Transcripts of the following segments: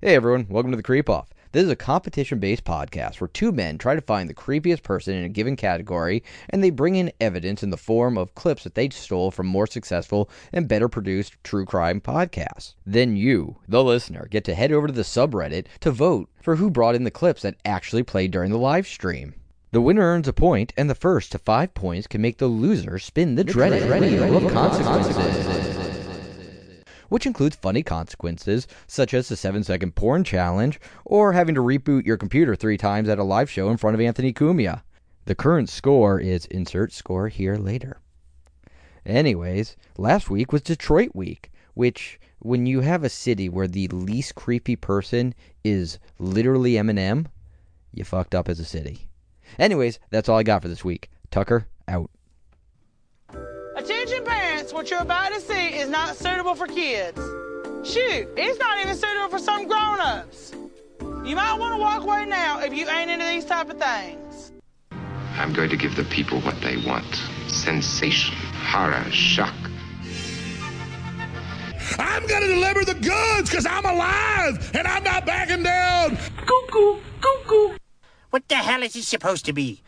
Hey everyone, welcome to the Creep Off. This is a competition based podcast where two men try to find the creepiest person in a given category and they bring in evidence in the form of clips that they stole from more successful and better produced true crime podcasts. Then you, the listener, get to head over to the subreddit to vote for who brought in the clips that actually played during the live stream. The winner earns a point, and the first to five points can make the loser spin the dreaded wheel of consequences which includes funny consequences such as the 7 second porn challenge or having to reboot your computer three times at a live show in front of Anthony Cumia. The current score is insert score here later. Anyways, last week was Detroit week, which when you have a city where the least creepy person is literally Eminem, you fucked up as a city. Anyways, that's all I got for this week. Tucker, out. Attention parents, what you're about to see is not suitable for kids. Shoot, it's not even suitable for some grown-ups. You might want to walk away now if you ain't into these type of things. I'm going to give the people what they want sensation, horror, shock. I'm going to deliver the goods because I'm alive and I'm not backing down. Cuckoo, cuckoo. What the hell is he supposed to be?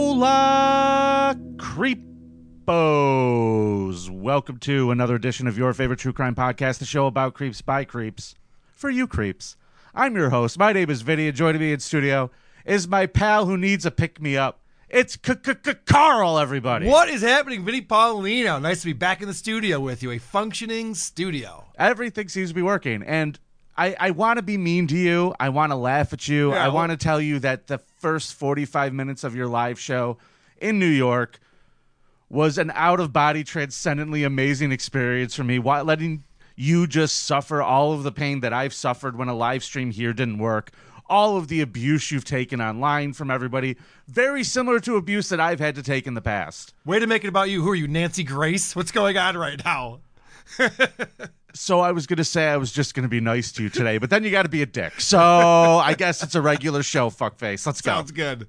Hola, creepos! Welcome to another edition of your favorite true crime podcast, the show about creeps by creeps for you creeps. I'm your host. My name is Vinny, and joining me in studio is my pal who needs a pick me up. It's c- c- c- Carl, everybody. What is happening, Vinny Paulino? Nice to be back in the studio with you, a functioning studio. Everything seems to be working, and I, I want to be mean to you. I want to laugh at you. I well- want to tell you that the first 45 minutes of your live show in New York was an out of body, transcendently amazing experience for me. Why, letting you just suffer all of the pain that I've suffered when a live stream here didn't work, all of the abuse you've taken online from everybody, very similar to abuse that I've had to take in the past. Way to make it about you. Who are you, Nancy Grace? What's going on right now? So I was gonna say I was just gonna be nice to you today, but then you got to be a dick. So I guess it's a regular show. Fuckface, let's go. Sounds good.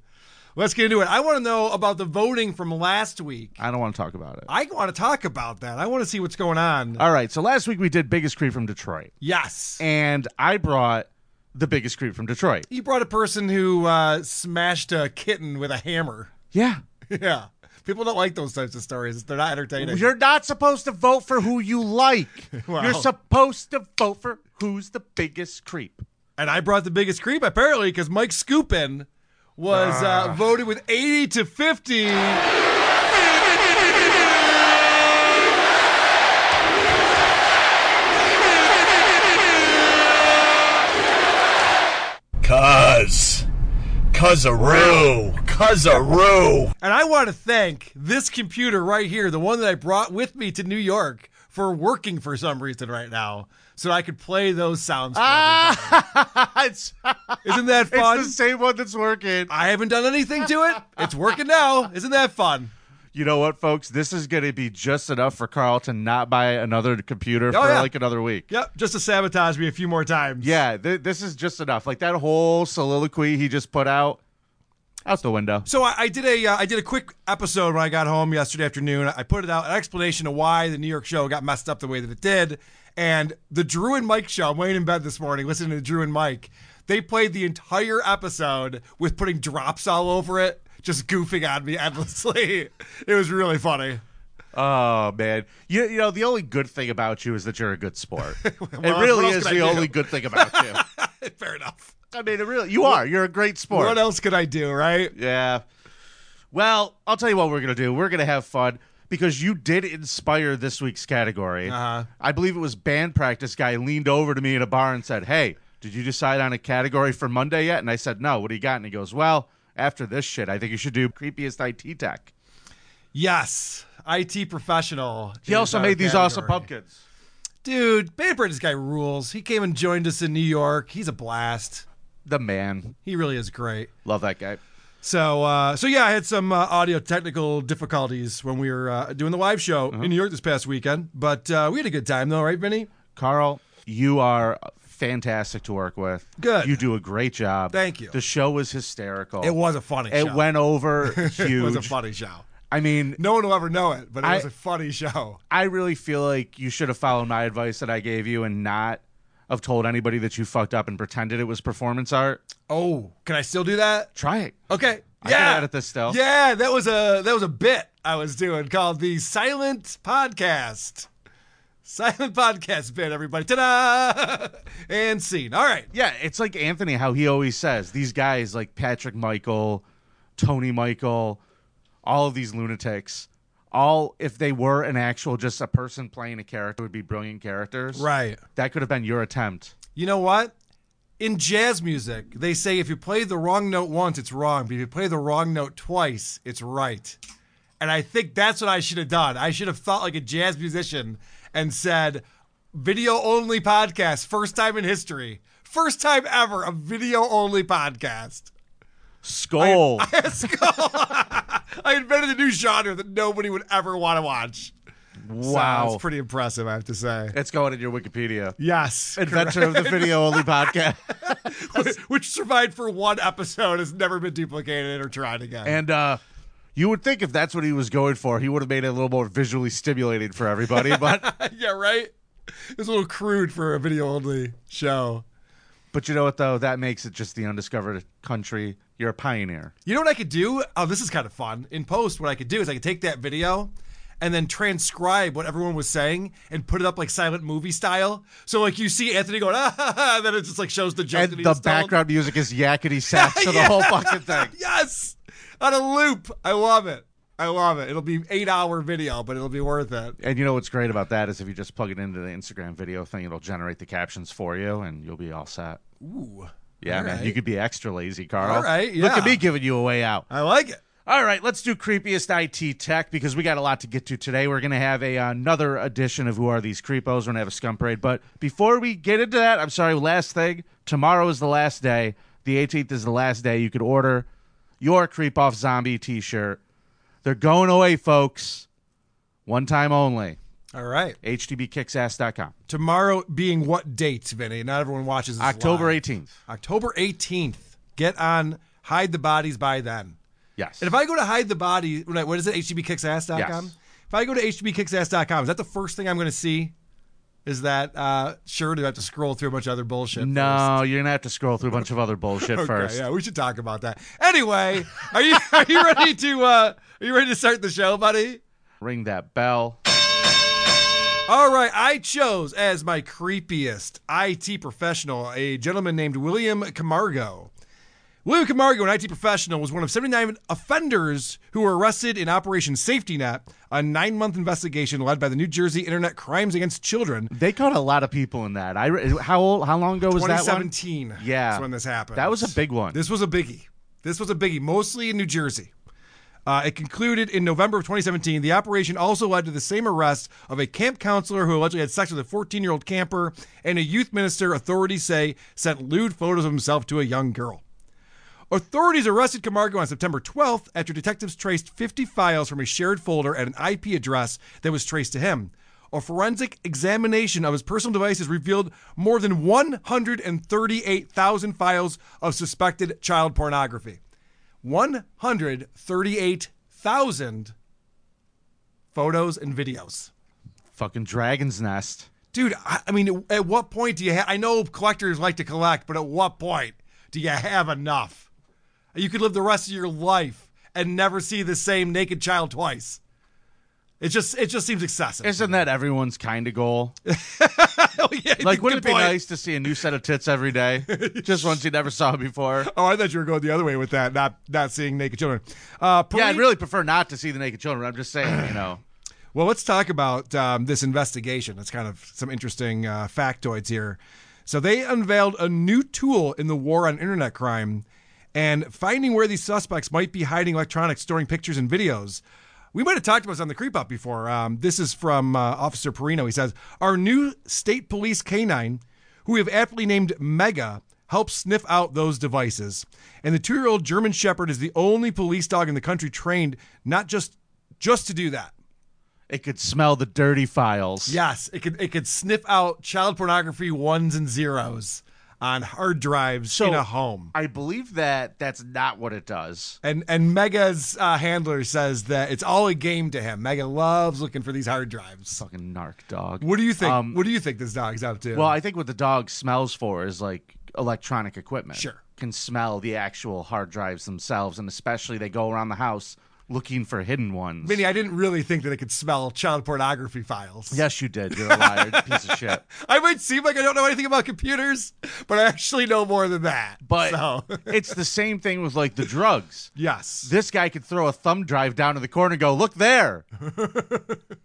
Let's get into it. I want to know about the voting from last week. I don't want to talk about it. I want to talk about that. I want to see what's going on. All right. So last week we did biggest creep from Detroit, yes. and I brought the biggest creep from Detroit. You brought a person who uh, smashed a kitten with a hammer. Yeah. yeah. People don't like those types of stories. They're not entertaining. You're not supposed to vote for who you like. Wow. You're supposed to vote for who's the biggest creep. And I brought the biggest creep apparently because Mike Scoopin was uh, voted with 80 to 50. Cuz. Cuzaroo. Cuzaroo. And I want to thank this computer right here, the one that I brought with me to New York, for working for some reason right now, so I could play those sounds. for it's, everybody. Isn't that fun? Ah! it's the same one that's working. I haven't done anything to it. It's working now. Isn't that fun? You know what, folks? This is going to be just enough for Carl to not buy another computer Oh, for yeah. like another week. Yep, just to sabotage me a few more times. Yeah, th- this is just enough. Like that whole soliloquy he just put out, out the window. So I, I did a uh, I did a quick episode when I got home yesterday afternoon. I put it out an explanation of why the New York show got messed up the way that it did, and the Drew and Mike show. I'm laying in bed this morning listening to Drew and Mike. They played the entire episode with putting drops all over it, just goofing on me endlessly. it was really funny. Oh man, you you know the only good thing about you is that you're a good sport. it else- what really else is could I the do? only good thing about you. Fair enough. I mean, it really you are. You're a great sport. What else could I do, right? Yeah. Well, I'll tell you what we're gonna do. We're gonna have fun because you did inspire this week's category. Uh-huh. I believe it was band practice guy leaned over to me in a bar and said, "Hey, did you decide on a category for Monday yet?" And I said, "No." What do you got? And he goes, "Well, after this shit, I think you should do creepiest IT tech." Yes, IT professional. He also is our made these awesome category. pumpkins. Dude, Band Practice guy rules. He came and joined us in New York. He's a blast. The man, He really is great. love that guy. So, uh, so yeah, I had some uh, audio technical difficulties when we were uh, doing the live show in New York this past weekend, but uh, we had a good time though, right, Vinny? Carl, you are fantastic to work with. Good. You do a great job. Thank you. The show was hysterical. It was a funny It show. went over huge. It was a funny show. I mean, No one will ever know it, but it I- was a funny show. I really feel like you should have followed my advice that I gave you and not have told anybody that you fucked up and pretended it was performance art. Oh, can I still do that? Try it. Okay. I yeah. can edit this still. Yeah, that was a that was a bit I was doing called the Silent Podcast. Silent Podcast bit, everybody. Ta-da! and scene. All right. Yeah, it's like Anthony, how he always says these guys like Patrick Michael, Tony Michael, all of these lunatics, all if they were an actual just a person playing a character would be brilliant characters. Right. That could have been your attempt. You know what? In jazz music, they say if you play the wrong note once, it's wrong, but if you play the wrong note twice, it's right. And I think that's what I should have done. I should have thought like a jazz musician and said, video only podcast, first time in history. First time ever, a video only podcast. Skull. I invented a new genre that nobody would ever want to watch. wow. It's pretty impressive, I have to say. it's going in your Wikipedia. Yes. Adventure of the video only podcast. Which survived for one episode, has never been duplicated or tried again. And uh you would think if that's what he was going for, he would have made it a little more visually stimulating for everybody, but yeah, right? It was a little crude for a video only show. but you know what though? That makes it just the undiscovered country. You're a pioneer. You know what I could do? Oh, this is kind of fun. In post, what I could do is I could take that video and then transcribe what everyone was saying and put it up like silent movie style. So like you see Anthony going, ah, ha, ha," and then it just like shows the joke. and that he the just told. background music is yakety sax to the whole fucking thing. Yes, on a loop. I love it. I love it. It'll be eight hour video, but it'll be worth it. And you know what's great about that is if you just plug it into the Instagram video thing, it'll generate the captions for you, and you'll be all set. Ooh, Yeah, All man, right. you could be extra lazy, Carl. All right, look yeah. at me giving you a way out. I like it. All right, let's do creepiest IT tech because we got a lot to get to today. We're going to have a, another edition of Who Are These Creepos? We're going to have a scum parade. But before we get into that, I'm sorry, last thing. Tomorrow is the last day. The 18th is the last day. You could order your Creep Off Zombie t shirt. They're going away, folks. One time only. All right. HTBkicksass.com. Tomorrow being what date, Vinny? Not everyone watches this October live. 18th. October 18th. Get on Hide the Bodies by then. Yes. And if I go to Hide the Bodies, what what is it, hbkicksass.com? Yes. If I go to hbkicksass.com, is that the first thing I'm going to see? Is that uh, sure? Do I have to scroll through a bunch of other bullshit? first? no, you're going to have to scroll through a bunch of other bullshit Okay, first. yeah, we should talk about that. Anyway, are you are you ready to uh, are you ready to start the show, buddy? Ring that bell. All right, I chose as my creepiest IT professional a gentleman named William Camargo. William Camargo, an IT professional, was one of 79 offenders who were arrested in Operation Safety Net, a nine month investigation led by the New Jersey Internet Crimes Against Children. They caught a lot of people in that. I re- how old, how long ago was that one? 2017 Yeah. is when this happened. That was a big one. This was a biggie. This was a biggie, mostly in New Jersey. Uh, it concluded in November of 2017. The operation also led to the same arrest of a camp counselor who allegedly had sex with a 14 year old camper and a youth minister, authorities say, sent lewd photos of himself to a young girl. Authorities arrested Camargo on September 12th after detectives traced 50 files from a shared folder at an IP address that was traced to him. A forensic examination of his personal devices revealed more than 138,000 files of suspected child pornography. 138,000 photos and videos. Fucking Dragon's Nest. Dude, I, I mean, at what point do you have? I know collectors like to collect, but at what point do you have enough? You could live the rest of your life and never see the same naked child twice. It just it just seems excessive. Isn't that everyone's kind of goal? oh, yeah, Like, good wouldn't it be point. nice to see a new set of tits every day? Just ones you never saw before. Oh, I thought you were going the other way with that, not not seeing naked children. Uh, Yeah, I'd police- really prefer not to see the naked children. I'm just saying, you know. Well, let's talk about um, this investigation. It's kind of some interesting uh, factoids here. So they unveiled a new tool in the war on internet crime, and finding where these suspects might be hiding electronics, storing pictures and videos. We might have talked about this on the creep up before. Um, this is from uh, Officer Perino. He says our new state police canine, who we have aptly named Mega, helps sniff out those devices. And the two year old German Shepherd is the only police dog in the country trained not just just to do that. It could smell the dirty files. Yes, it could it could sniff out child pornography ones and zeros on hard drives So- in a home. I believe that that's not what it does. And and Mega's uh, handler says that it's all a game to him. Mega loves looking for these hard drives. Fucking narc dog. What do you think? Um, what do you think this dog's up to? Well, I think what the dog smells for is like electronic equipment. Sure. Can smell the actual hard drives themselves, and especially they go around the house looking for hidden ones. Minnie, I didn't really think that it could smell child pornography files. yes, you did. You're a liar, you piece of shit. I might seem like I don't know anything about computers, but I actually know more than that. But so, it's the same thing with like the drugs. yes. This guy could throw a thumb drive down to the corner and go, look there.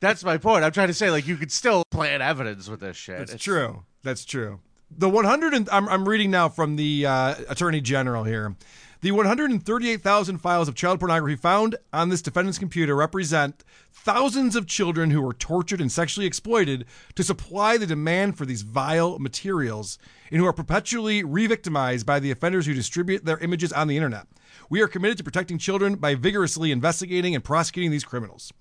That's my point. I'm trying to say, like, you could still plant evidence with this shit. That's true. That's true. The 100 and I'm, I'm reading now from the uh, Attorney General here. The 138,000 files of child pornography found on this defendant's computer represent thousands of children who were tortured and sexually exploited to supply the demand for these vile materials and who are perpetually re victimized by the offenders who distribute their images on the internet. We are committed to protecting children by vigorously investigating and prosecuting these criminals.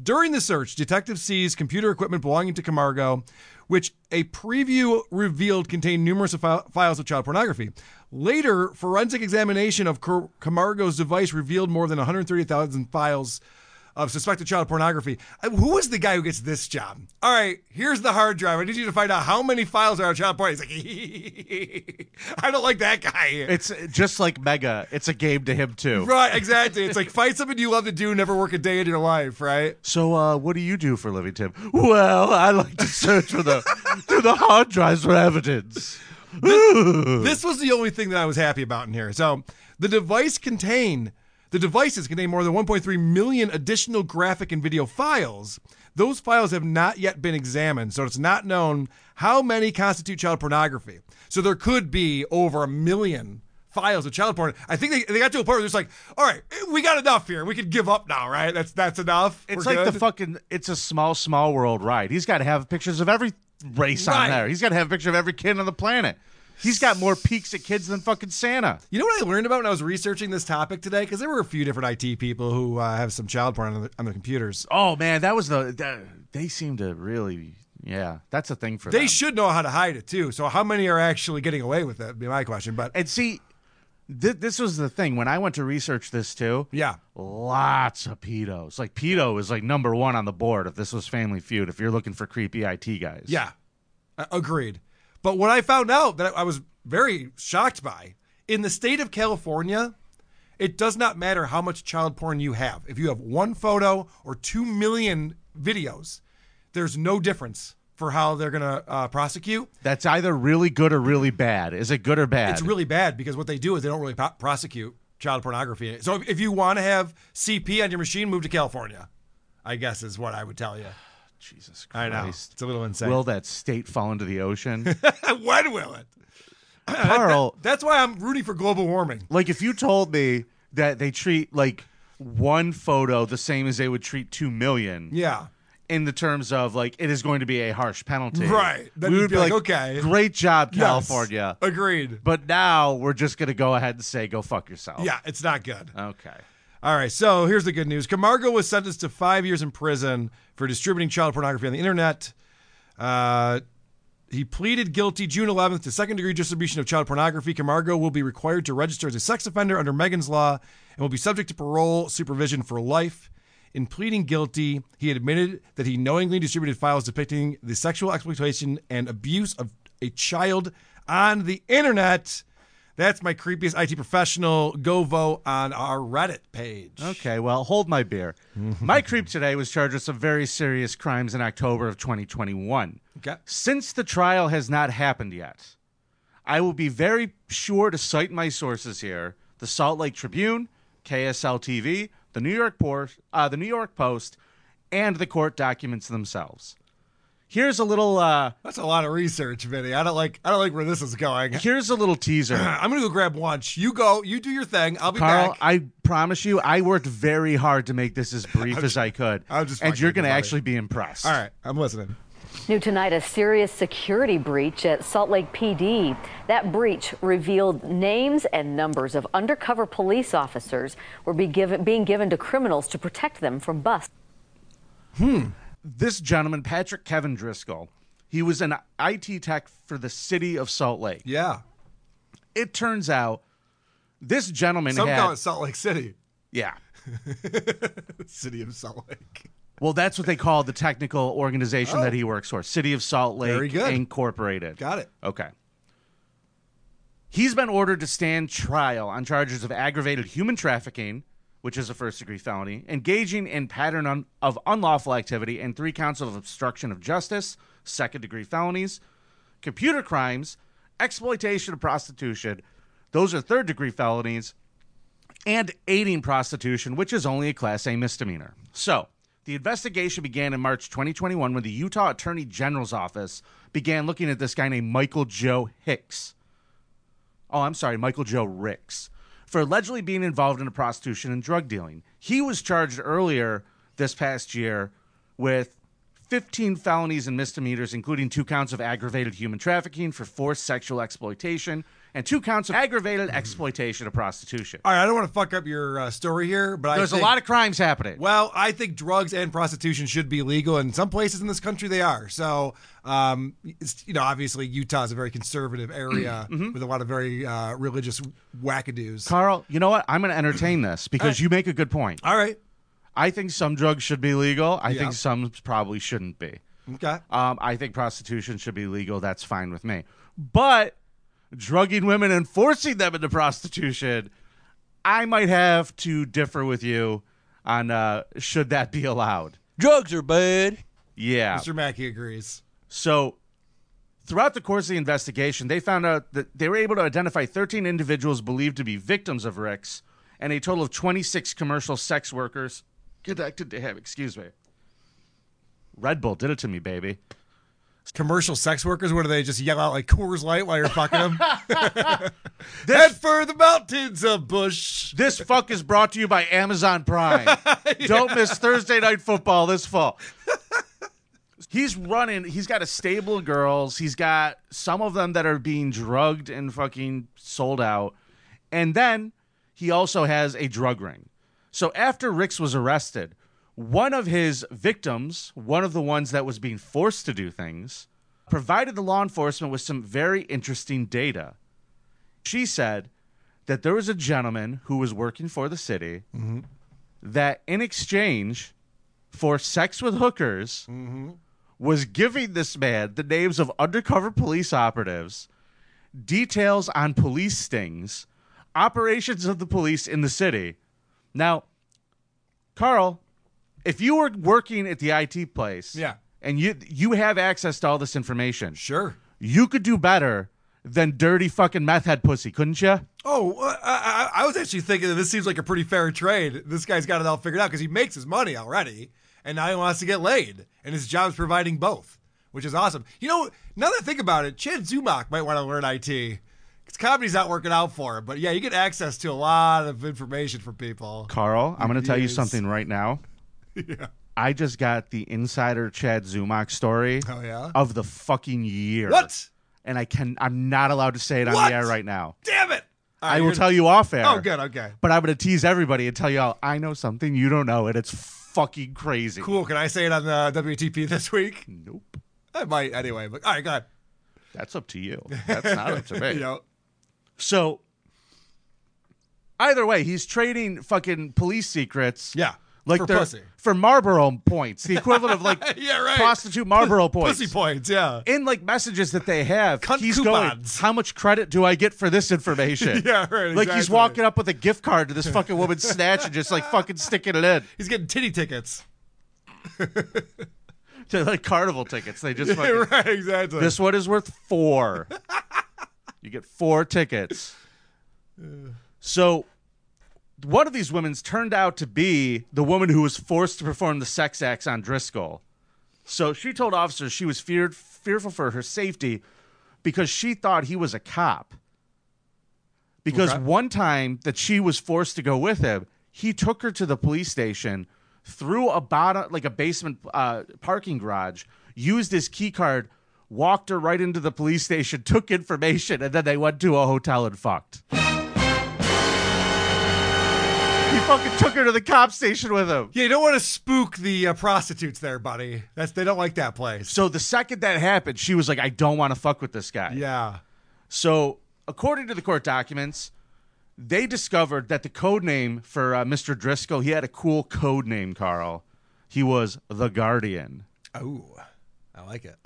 During the search, detectives seized computer equipment belonging to Camargo, which a preview revealed contained numerous fi- files of child pornography. Later, forensic examination of Car- Camargo's device revealed more than 130,000 files of suspected child pornography. Uh, Who is the guy who gets this job? All right, here's the hard drive. I need you to find out how many files are of child porn. He's like, I don't like that guy. It's just like Mega, it's a game to him, too. right, exactly. It's like find something you love to do, never work a day in your life, right? So, uh, what do you do for a living, Tim? Well, I like to search for the through the hard drives for evidence. This was the only thing that I was happy about in here. So the device contained the devices contain more than 1.3 million additional graphic and video files. Those files have not yet been examined, so it's not known how many constitute child pornography. So there could be over a million files of child porn. I think they, they got to a point where it's like, all right, we got enough here. We can give up now, right? That's that's enough. It's We're like good." the fucking. It's a small, small world ride. He's got to have pictures of every race Right. on there. He's got to have a picture of every kid on the planet. He's got more peaks at kids than fucking Santa. You know what I learned about when I was researching this topic today? Because there were a few different IT people who uh, have some child porn on, the, on their computers. Oh man, that was the. That, they seem to really. Yeah, that's a thing for They them. should know how to hide it too. So how many are actually getting away with it? Would be my question. But and see, thi- this was the thing when I went to research this too. yeah, lots of pedos. Like pedo is like number one on the board if this was Family Feud. If you're looking for creepy IT guys, yeah, A- agreed. But what I found out that I was very shocked by in the state of California, it does not matter how much child porn you have. If you have one photo or two million videos, there's no difference for how they're gonna uh, prosecute. that's either really good or really bad. Is it good or bad? It's really bad because what they do is they don't really po- prosecute child pornography. So if, if you want to have CP on your machine, move to California. I guess is what I would tell you. Jesus I Christ. know. It's a little insane. Will that state fall into the ocean, when will it? Carl? That's why I'm rooting for global warming. like if you told me that they treat like one photo the same as they would treat two million Yeah. in the terms of like it is going to be a harsh penalty, Right. Then we you'd would be like, okay. great job, California. Yes. Agreed. But now we're just gonna go ahead and say, go fuck yourself. Yeah, it's not good. Okay. All right, so here's the good news. Camargo was sentenced to five years in prison for distributing child pornography on the internet. Uh, he pleaded guilty June 11th to second degree distribution of child pornography. Camargo will be required to register as a sex offender under Megan's Law and will be subject to parole supervision for life. In pleading guilty, he admitted that he knowingly distributed files depicting the sexual exploitation and abuse of a child on the internet. That's my creepiest IT professional. Go vote on our Reddit page. Okay, well, hold my beer. my creep today was charged with some very serious crimes in October of 2021. Okay. Since the trial has not happened yet, I will be very sure to cite my sources here: the Salt Lake Tribune, KSL TV, the New York Por- uh, the New York Post, and the court documents themselves. Here's a little uh, That's a lot of research, Vinny. I don't like I don't like where this is going. here's a little teaser. I'm gonna go grab lunch. You go, you do your thing. I'll be Carl, back. I promise you, I worked very hard to make this as brief as I could, I'm just and fucking you're going to with you, buddy. actually be impressed. All right, I'm listening. New tonight, a serious security breach at Salt Lake PD. That breach revealed names and numbers of undercover police officers were be given, being given to criminals to protect them from bust. This gentleman, Patrick Kevin Driscoll, he was an IT tech for the city of Salt Lake. Yeah. It turns out this gentleman Some had call it Salt Lake City. yeah. City of Salt Lake. Well, that's what they call the technical organization that he works for, City of Salt Lake Oh. Very good. Incorporated. Got it. Okay. He's been ordered to stand trial on charges of aggravated human trafficking, which is a first degree felony, engaging in pattern un- of unlawful activity, and three counts of obstruction of justice, second degree felonies, computer crimes, exploitation of prostitution. Those are third degree felonies, and aiding prostitution, which is only a Class A misdemeanor. So, the investigation began in March 2021 when the Utah Attorney General's office began looking at this guy named Michael Joe Hicks. Oh, I'm sorry, Michael Joe Ricks, for allegedly being involved in a prostitution and drug dealing. He was charged earlier this past year with 15 felonies and misdemeanors, including two counts of aggravated human trafficking for forced sexual exploitation and two counts of aggravated exploitation of prostitution. All right, I don't want to fuck up your uh, story here, but There's I think, a lot of crimes happening. Well, I think drugs and prostitution should be legal, and some places in this country they are. So, um, it's, you know, obviously Utah is a very conservative area Mm-hmm. with a lot of very uh, religious wackadoos. Carl, you know what? I'm going to entertain this Uh, because you make a good point. All right, I think some drugs should be legal. I Yeah. think some probably shouldn't be. okay. Um, I think prostitution should be legal. That's fine with me. But drugging women and forcing them into prostitution, I might have to differ with you on uh, should that be allowed. Drugs are bad. Yeah. Mr. Mackey agrees. So, throughout the course of the investigation, they found out that they were able to identify 13 individuals believed to be victims of Rick's and a total of 26 commercial sex workers connected to him. Excuse me. Red Bull did it to me, baby. Commercial sex workers, what do they just yell out like Coors Light while you're fucking them? Head for the mountains of Bush. This fuck is brought to you by Amazon Prime. Don't miss Thursday night football this fall. He's running. He's got a stable of girls. He's got some of them that are being drugged and fucking sold out. And then he also has a drug ring. So after Ricks was arrested, one of his victims, one of the ones that was being forced to do things, provided the law enforcement with some very interesting data. She said that there was a gentleman who was working for the city that, in exchange for sex with hookers, was giving this man the names of undercover police operatives, details on police stings, operations of the police in the city. Now, Carl, if you were working at the IT place, Yeah. and you you have access to all this information, Sure. you could do better than dirty fucking meth head pussy, couldn't you? Oh, uh, I, I I was actually thinking that this seems like a pretty fair trade. This guy's got it all figured out because he makes his money already, and now he wants to get laid, and his job's providing both, which is awesome. You know, now that I think about it, Chad Zumach might want to learn IT because comedy's not working out for him. But yeah, you get access to a lot of information from people. Carl, I'm going to tell you Yes. something right now. Yeah. I just got the insider Chad Zumach story Oh yeah. of the fucking year. What? And I can I'm not allowed to say it on What? the air right now. Damn it! All right, I will you're- tell you off air. Oh, good. Okay. But I'm going to tease everybody and tell y'all I know something you don't know and it's fucking crazy. Cool. Can I say it on uh, the WTP this week? Nope. I might anyway. But all right, go ahead. That's up to you. That's not up to me. You know, So either way, he's trading fucking police secrets. yeah. Like for they're- pussy. for Marlboro points, the equivalent of like Yeah, right. prostitute Marlboro points. Pussy points. Yeah. in like messages that they have, Cunt he's coupons. going, "How much credit do I get for this information?" Yeah, right, Like he's exactly. walking up with a gift card to this fucking woman's snatch and just like fucking sticking it in He's getting titty tickets. to like carnival tickets. They just fucking, right, exactly. this one is worth four. you get four tickets. So one of these women's turned out to be the woman who was forced to perform the sex acts on Driscoll. So she told officers she was feared fearful for her safety because she thought he was a cop. Because one time that she was forced to go with him, he took her to the police station through a bottom like a basement uh, parking garage, used his key card, walked her right into the police station, took information, and then they went to a hotel and fucked. He fucking took her to the cop station with him. Yeah, you don't want to spook the uh, prostitutes there, buddy. That's they don't like that place. So the second that happened, she was like, I don't want to fuck with this guy. yeah. So, according to the court documents, they discovered that the code name for uh, Mr. Driscoll, he had a cool code name, Carl. He was The Guardian. Oh, I like it.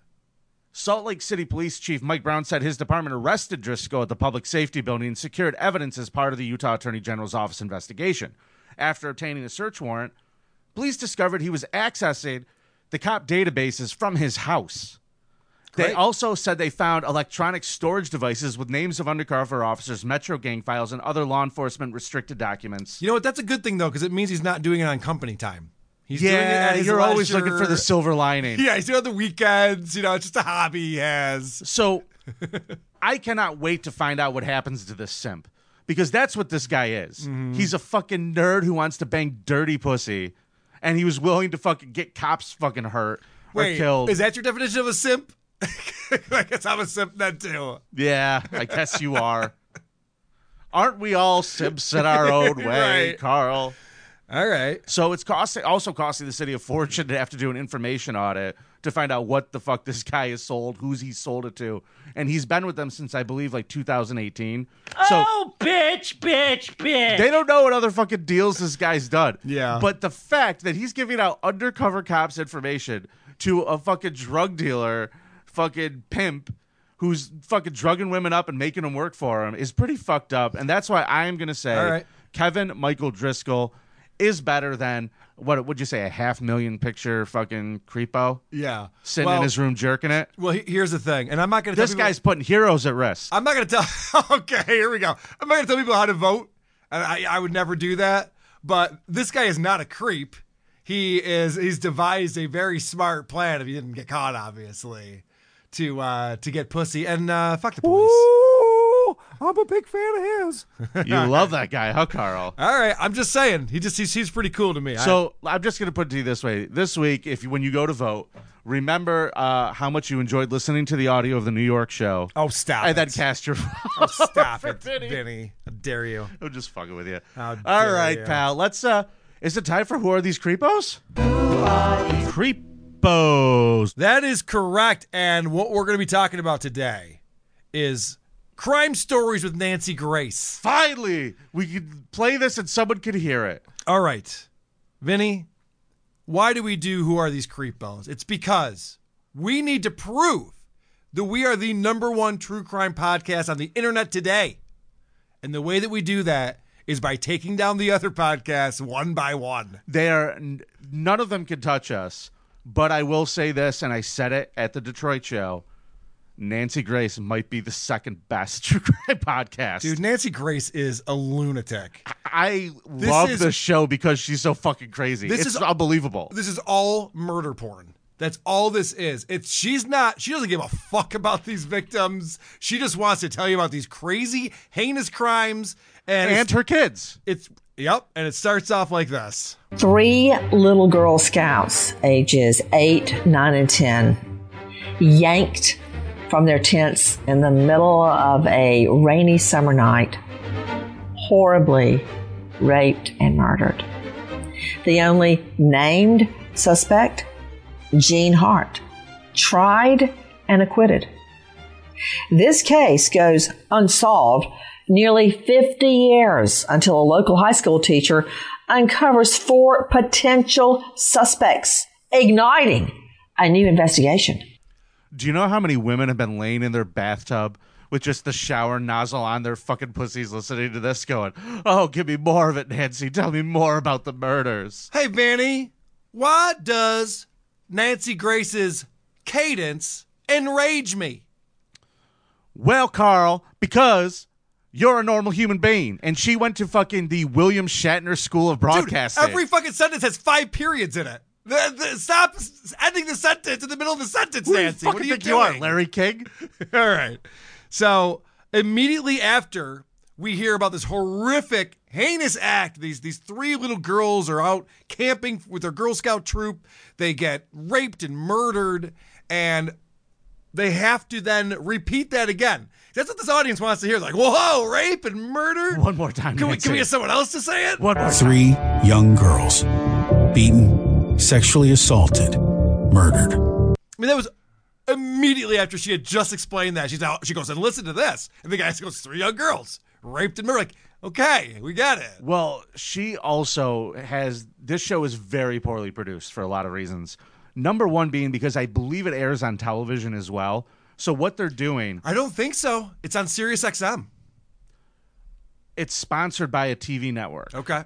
Salt Lake City Police Chief Mike Brown said his department arrested Driscoll at the public safety building and secured evidence as part of the Utah Attorney General's office investigation. After obtaining a search warrant, police discovered he was accessing the cop databases from his house. They Great. also said they found electronic storage devices with names of undercover officers, metro gang files, and other law enforcement restricted documents. You know what? That's a good thing though, because it means he's not doing it on company time. He's doing it Yeah, at his you're always leisure. looking for the silver lining. Yeah, he's doing it on the weekends. You know, it's just a hobby he has. So I cannot wait to find out what happens to this simp because that's what this guy is. Mm-hmm. He's a fucking nerd who wants to bang dirty pussy and he was willing to fucking get cops fucking hurt or Wait, killed. is that your definition of a simp? I guess I'm a simp then too. yeah, I guess you are. Aren't we all simps in our own way, Right. Carl? All right. So it's costing, also costing the city a fortune to have to do an information audit to find out what the fuck this guy has sold, who's he sold it to, and he's been with them since I believe like 2018. So Oh, bitch, bitch, bitch. They don't know what other fucking deals this guy's done. Yeah. But the fact that he's giving out undercover cops information to a fucking drug dealer, fucking pimp, who's fucking drugging women up and making them work for him is pretty fucked up. And that's why I am going to say All right. Kevin Michael Driscoll is better than, what would you say, a half million picture fucking creepo Yeah. sitting well, in his room jerking it? Well, he- here's the thing, and I'm not going to. This guy's putting heroes at risk. I'm not going to tell. okay, here we go. I'm not going to tell people how to vote, and I, I would never do that. But this guy is not a creep. He is. He's devised a very smart plan. If he didn't get caught, obviously, to uh, to get pussy and uh, fuck the police. Ooh, I'm a big fan of his. you love that guy, huh, Carl? All right, I'm just saying. He just he seems pretty cool to me. I- So I, am just going to put it to you this way: this week, if you, when you go to vote, remember uh, how much you enjoyed listening to the audio of the New York show, oh stop! and then it. cast your. oh, stop it, Vinny. I dare you? I'm just fucking with you. How All dare right, you. pal. Let's. uh Is it time for who are these creepos? Creepos. That is correct. And what we're going to be talking about today is crime stories with Nancy Grace. Finally, we could play this and someone could hear it. All right. Vinny, why do we do Who Are These Creepbones? It's because we need to prove that we are the number one true crime podcast on the internet today. And the way that we do that is by taking down the other podcasts one by one. They are n- none of them can touch us. But I will say this, and I said it at the Detroit show. Nancy Grace might be the second best true crime podcast. Dude, Nancy Grace is a lunatic. I love is- this show because she's so fucking crazy. This it's is- unbelievable. This is all murder porn. That's all this is. It's she's not she doesn't give a fuck about these victims. She just wants to tell you about these crazy, heinous crimes and, and her kids. It's yep, and it starts off like this. Three little Girl Scouts, ages 8, 9, and 10, yanked from their tents in the middle of a rainy summer night, horribly raped and murdered. The only named suspect, Jean Hart, tried and acquitted. This case goes unsolved nearly 50 years until a local high school teacher uncovers four potential suspects, igniting a new investigation. Do you know how many women have been laying in their bathtub with just the shower nozzle on their fucking pussies listening to this going, oh, give me more of it, Nancy. Tell me more about the murders. Hey Vanny, why does Nancy Grace's cadence enrage me? Well, Carl, because you're a normal human being. And she went to fucking the William Shatner School of Dude, Broadcasting. every fucking sentence has five periods in it. The- the- stop s- ending the sentence in the middle of the sentence, Who do you Nancy. What fucking are you think doing? you are, Larry King? All right. So immediately after we hear about this horrific, heinous act. These these three little girls are out camping with their Girl Scout troop. They get raped and murdered, and they have to then repeat that again. That's what this audience wants to hear. Like, whoa, rape and murder. One more time, Can we, Nancy. can we get someone else to say it? One more time. Three young girls beaten, sexually assaulted, murdered. I mean, that was immediately after she had just explained that. She's out. She goes and listen to this, and the guy goes, three young girls raped and murdered. Like, okay, we get it. Well, she also has this show is very poorly produced for a lot of reasons. Number one being because I believe it airs on television as well. So what they're doing, I don't think so. It's on Sirius XM. it's sponsored by a TV network. Okay,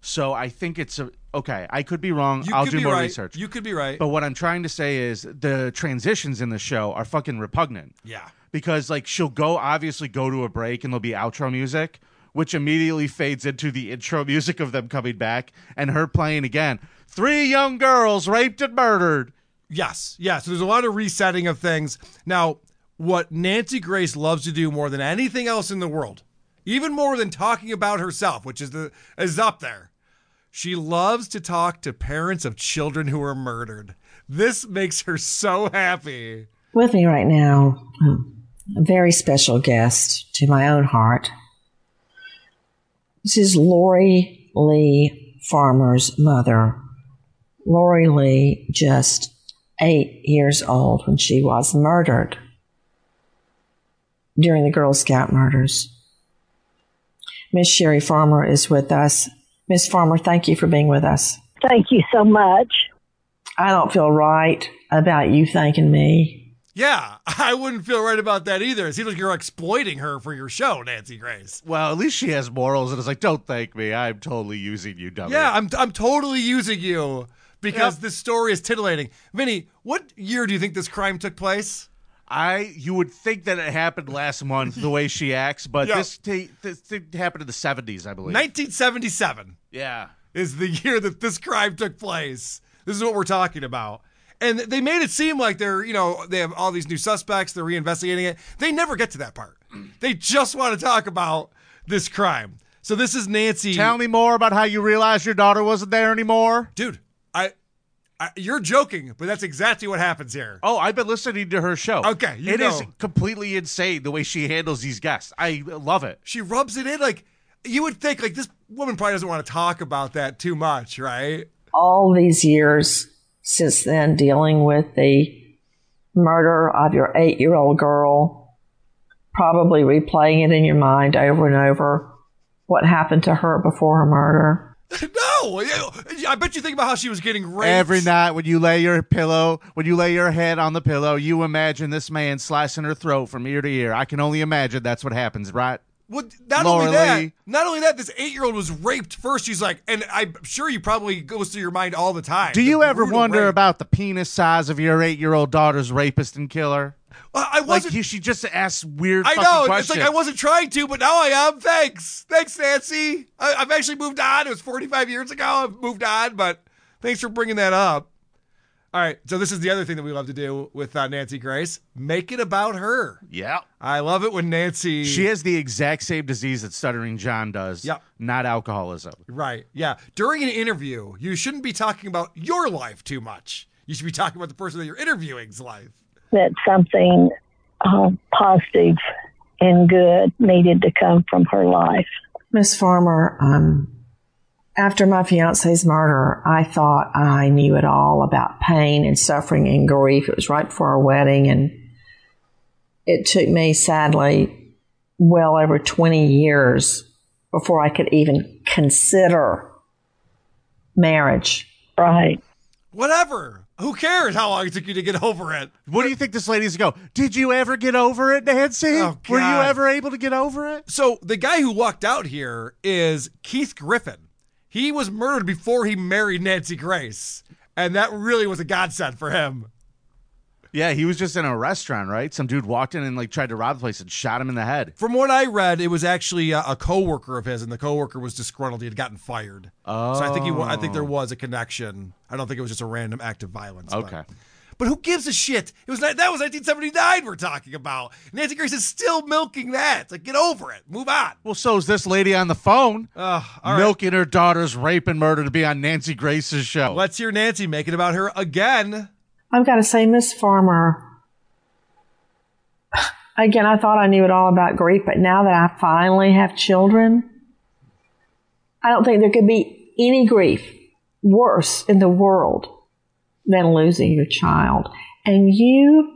So I think it's a okay. I could be wrong. you I'll could do be more right. research. You could be right. but what I'm trying to say is the transitions in the show are fucking repugnant. yeah, because like she'll go obviously go to a break and there'll be outro music which immediately fades into the intro music of them coming back and her playing again three young girls raped and murdered yes, yeah. So there's a lot of resetting of things. Now, what Nancy Grace loves to do more than anything else in the world, even more than talking about herself, which is the is up there. She loves to talk to parents of children who are murdered. This makes her so happy. With me right now, a very special guest to my own heart. This is Lori Lee Farmer's mother. Lori Lee, just eight years old when she was murdered during the Girl Scout murders. Miss Sherry Farmer is with us. Miss Farmer, thank you for being with us. Thank you so much. I don't feel right about you thanking me. Yeah, I wouldn't feel right about that either. It seems like you're exploiting her for your show, Nancy Grace. well at least she has morals and it's like don't thank me i'm totally using you dummy Yeah, I'm I'm totally using you because Yep. this story is titillating. Vinny, what year do you think this crime took place? i you would think that it happened last month the way she acts but Yeah. this, t- this thing happened in the 70s i believe 1977 yeah is the year that this crime took place. This is what we're talking about. And they made it seem like they're, you know, they have all these new suspects, they're reinvestigating it. They never get to that part. They just want to talk about this crime. So this is Nancy. tell me more about how you realized your daughter wasn't there anymore dude, I, I you're joking, but that's exactly what happens here. Oh, I've been listening to her show. Okay, you It is know. completely insane the way she handles these guests. I love it. She rubs it in like you would think like this woman probably doesn't want to talk about that too much, right? all these years since then dealing with the murder of your eight year old girl, probably replaying it in your mind over and over, what happened to her before her murder. no, you- I bet you think about how she was getting raped Every night when you lay your pillow, when you lay your head on the pillow, you imagine this man slicing her throat from ear to ear. I can only imagine that's what happens, right? Well, not Laura only that, Lee. not only that, this eight-year-old was raped first. She's like, and I'm sure you probably goes through your mind all the time. Do the you ever brutal wonder rape. about the penis size of your eight-year-old daughter's rapist and killer? I I Like wasn't. you, she just asks weird. I fucking know. It's Questions. like I wasn't trying to, but now I am. Thanks, thanks, Nancy. I, I've actually moved on. It was 45 years ago. I've moved on, but thanks for bringing that up. All right. So this is the other thing that we love to do with uh, Nancy Grace: make it about her. Yeah. I love it when Nancy. She has the exact same disease that Stuttering John does. Yep. Not alcoholism. Right. Yeah. During an interview, you shouldn't be talking about your life too much. You should be talking about the person that you're interviewing's life. That something uh, positive and good needed to come from her life. Miss Farmer, um, after my fiance's murder, I thought I knew it all about pain and suffering and grief. It was right before our wedding, and it took me, sadly, well over 20 years before I could even consider marriage. Right. Whatever. Who cares how long it took you to get over it? What do you think this lady's go? Did you ever get over it, Nancy? Oh, Were you God. ever able to get over it? So the guy who walked out here is Keith Griffin. He was murdered before he married Nancy Grace, and that really was a godsend for him. Yeah, he was just in a restaurant, right? Some dude walked in and like tried to rob the place and shot him in the head. From what I read, it was actually a, a coworker of his, and the coworker was disgruntled. He had gotten fired, Oh, so I think he. wa- I think there was a connection. I don't think it was just a random act of violence. but- Okay. But, But who gives a shit? It was not, that was 1979 we're talking about. Nancy Grace is still milking that. It's like get over it, move on. Well, so is this lady on the phone Ugh, all right. milking her daughter's rape and murder to be on Nancy Grace's show. Let's hear Nancy make it about her again. I've got to say, Miss Farmer, again, I thought I knew it all about grief, but now that I finally have children, I don't think there could be any grief worse in the world than losing your child. And you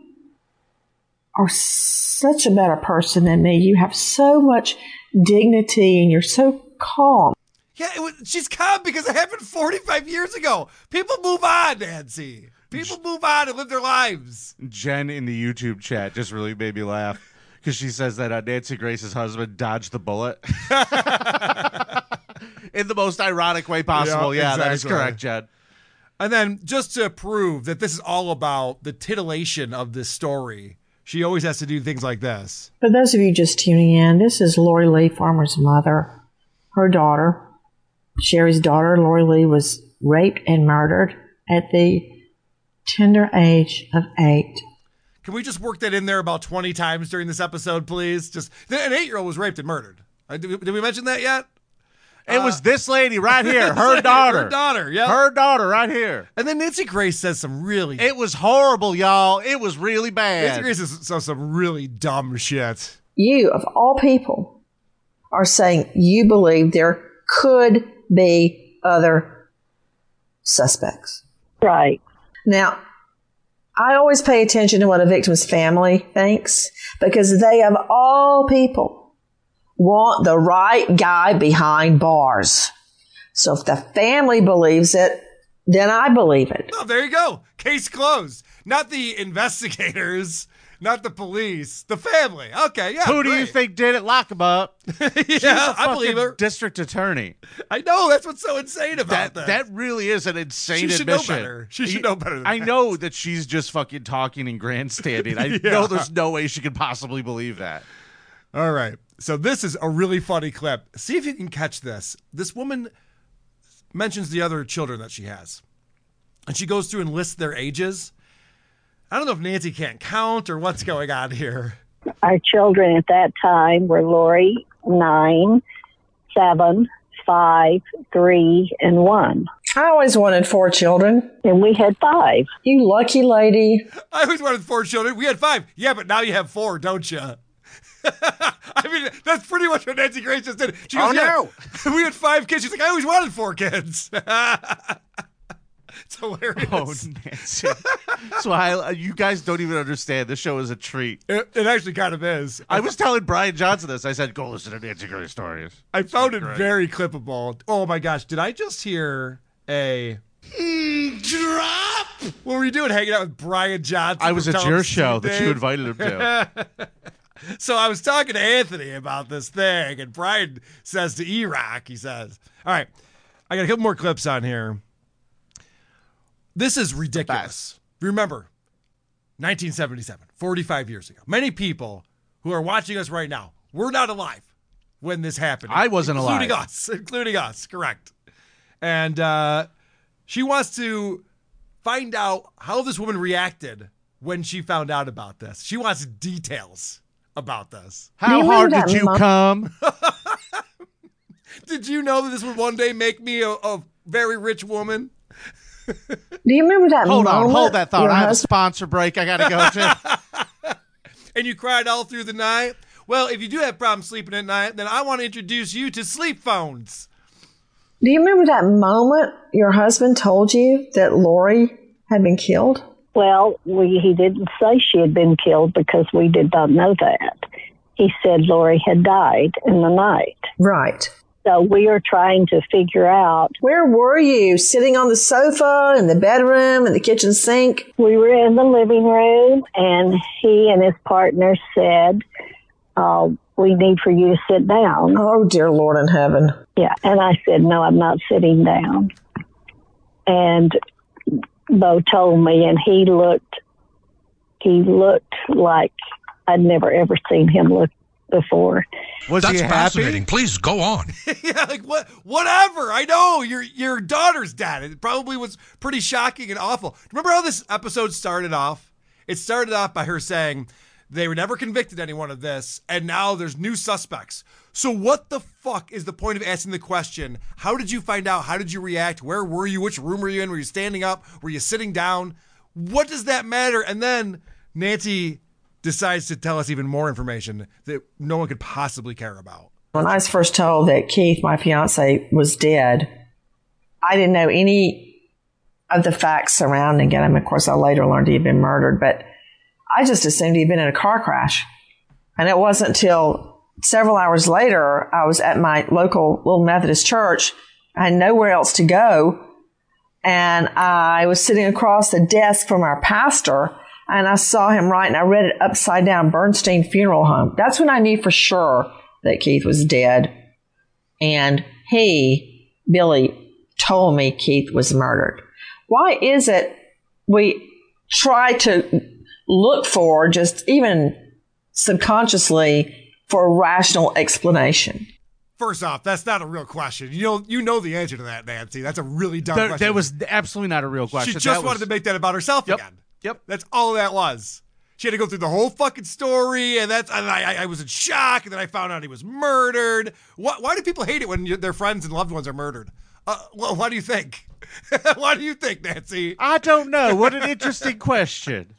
are such a better person than me. You have so much dignity and you're so calm. Yeah, it was, she's calm because it happened 45 years ago. People move on, Nancy. People move on and live their lives. Jen in the YouTube chat just really made me laugh because she says that uh, Nancy Grace's husband dodged the bullet in the most ironic way possible. Yeah, Yeah, that is exactly. correct, Jen. And then just to prove that this is all about the titillation of this story, she always has to do things like this. For those of you just tuning in, this is Lori Lee Farmer's mother, her daughter, Sherry's daughter. Lori Lee was raped and murdered at the tender age of eight. Can we just work that in there about 20 times during this episode, please? Just an eight year old was raped and murdered. Uh, Did we, did we mention that yet? It was this lady right here, Uh, This lady, her her daughter. daughter, yeah. Her daughter right here. And then Nancy Grace says some really It was horrible, y'all. It was really Nancy bad. Grace says some- some really dumb shit. You, of all people, are saying you believe there could be other suspects. Right. Now, I always pay attention to what a victim's family thinks because they, of all people, want the right guy behind bars. So if the family believes it, then I believe it. Oh, there you go. Case closed. Not the investigators, not the police, the family. Okay, yeah. Who do you great. think did it? Lock him up. She's yeah, a I believe fucking her. District attorney. I know that's what's so insane That about this. that really is an insane She should know admission. better. She should You- know better than I that. know that she's just fucking talking and grandstanding. I Yeah. know there's no way she could possibly believe that. All right. So this is a really funny clip. See if you can catch this. This woman mentions the other children that she has. And she goes through and lists their ages. I don't know if Nancy can't count or what's going on here. Our children at that time were Lori, nine, seven, five, three, and one. I always wanted four children. And we had five. You lucky lady. I always wanted four children. We had five. Yeah, but now you have four, don't you? I mean, that's pretty much what Nancy Grace just did. She goes, Oh, no. "Yeah, we had five kids. She's like, I always wanted four kids. it's hilarious. Oh, Nancy. so I, uh, you guys don't even understand. This show is a treat. It, it actually kind of is. I was telling Brian Johnson this. I said, go listen to Nancy Grace stories. I found it very clippable. Oh my gosh, did I just hear a drop? What were you doing hanging out with Brian Johnson? I from was at Tom your Steve show that you Dave? invited him to. So I was talking to Anthony about this thing, and Brian says to E Rock, he says, All right, I got a couple more clips on here. This is ridiculous. Remember, 1977, 45 years ago. Many people who are watching us right now were not alive when this happened. I wasn't including alive. us, including us, correct. And uh, she wants to find out how this woman reacted when she found out about this. She wants details about this. How You hard remember did that you month- come? Did you know that this would one day make me a, a very rich woman? Do you remember that Hold on, moment hold that thought. your I have a husband- sponsor break. I gotta go to. And you cried all through the night? Well, if you do have problems sleeping at night, then I want to introduce you to sleep phones. Do you remember that moment your husband told you that Lori had been killed? Well, we, he didn't say she had been killed because we did not know that. He said Lori had died in the night. Right. So we are trying to figure out. Where were you? Sitting on the sofa, in the bedroom, in the kitchen sink? We were in the living room, and he and his partner said, uh, We need for you to sit down. Oh, dear Lord in heaven. Yeah. And I said, No, I'm not sitting down. And Bo told me, and he looked, he looked like I'd never ever seen him look before. Was That's he happy? fascinating. Please go on. yeah, like what? Whatever. I know your your daughter's dad. It probably was pretty shocking and awful. Remember how this episode started off? It started off by her saying they were never convicted anyone of this, and now there's new suspects. So what the fuck is the point of asking the question? How did you find out? How did you react? Where were you? Which room were you in? Were you standing up? Were you sitting down? What does that matter? And then Nancy decides to tell us even more information that no one could possibly care about. When I was first told that Keith, my fiance, was dead, I didn't know any of the facts surrounding him. Of course, I later learned he had been murdered, but I just assumed he'd been in a car crash. And it wasn't till several hours later, I was at my local little Methodist church. I had nowhere else to go. And I was sitting across the desk from our pastor, and I saw him write, and I read it upside down Bernstein Funeral Home. That's when I knew for sure that Keith was dead. And he, Billy, told me Keith was murdered. Why is it we try to look for, just even subconsciously, for a rational explanation? First off, that's not a real question. You know, you know the answer to that, Nancy. That's a really dumb There- question. that was absolutely not a real question. She just That was- wanted to make that about herself again. Yep. That's all that was. She had to go through the whole fucking story, and that's and I, I- I was in shock, and then I found out he was murdered. Why, why do people hate it when you, their friends and loved ones are murdered? Uh, well, why do you think? why do you think, Nancy? I don't know. What an interesting question.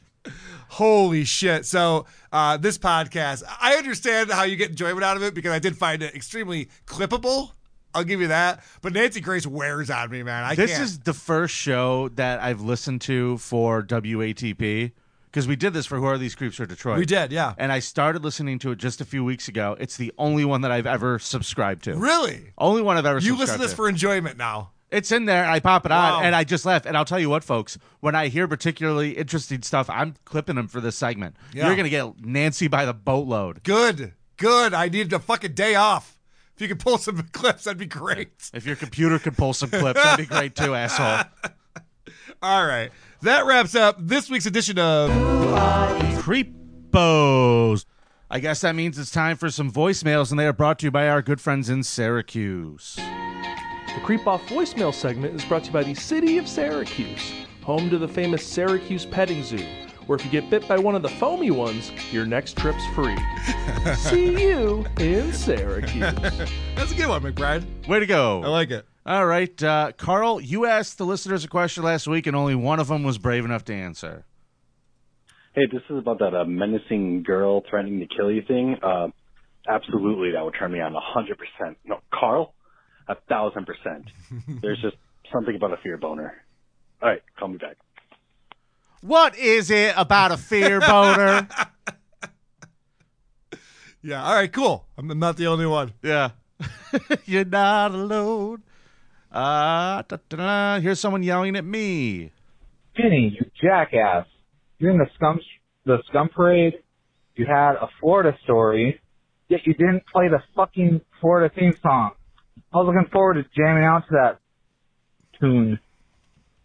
Holy shit. So, uh, this podcast, I understand how you get enjoyment out of it because I did find it extremely clippable. I'll give you that. But Nancy Grace wears on me, man. I this can't. is the first show that I've listened to for WATP because we did this for Who Are These Creeps for Detroit. We did, yeah. And I started listening to it just a few weeks ago. It's the only one that I've ever subscribed to. Really? Only one I've ever You subscribed listen to this to. for enjoyment now. It's in there. I pop it Wow. on, and I just laugh. And I'll tell you what, folks, when I hear particularly interesting stuff, I'm clipping them for this segment. Yeah. You're gonna get Nancy by the boatload. Good, good. I needed a fucking day off. If you could pull some clips, that'd be great. If your computer could pull some clips, that'd be great too, asshole. All right. That wraps up this week's edition of. Creepos. I guess that means it's time for some voicemails, and they are brought to you by our good friends in Syracuse. The Creep Off voicemail segment is brought to you by the city of Syracuse, home to the famous Syracuse Petting Zoo, where if you get bit by one of the foamy ones, your next trip's free. See you in Syracuse. That's a good one, McBride. Way to go. I like it. All right, uh, Carl, you asked the listeners a question last week, and only one of them was brave enough to answer. Hey, this is about that uh, menacing girl threatening to kill you thing. Uh, absolutely, that would turn me on a hundred percent. No, Carl, a thousand percent. There's just something about a fear boner. All right, call me back. What is it about a fear boner? Yeah. All right. Cool. I'm not the only one. Yeah. You're not alone. Uh, da-da-da. here's someone yelling at me. Vinny, you jackass. You're in the scum the scum parade. You had a Florida story, yet you didn't play the fucking Florida theme song. I was looking forward to jamming out to that tune.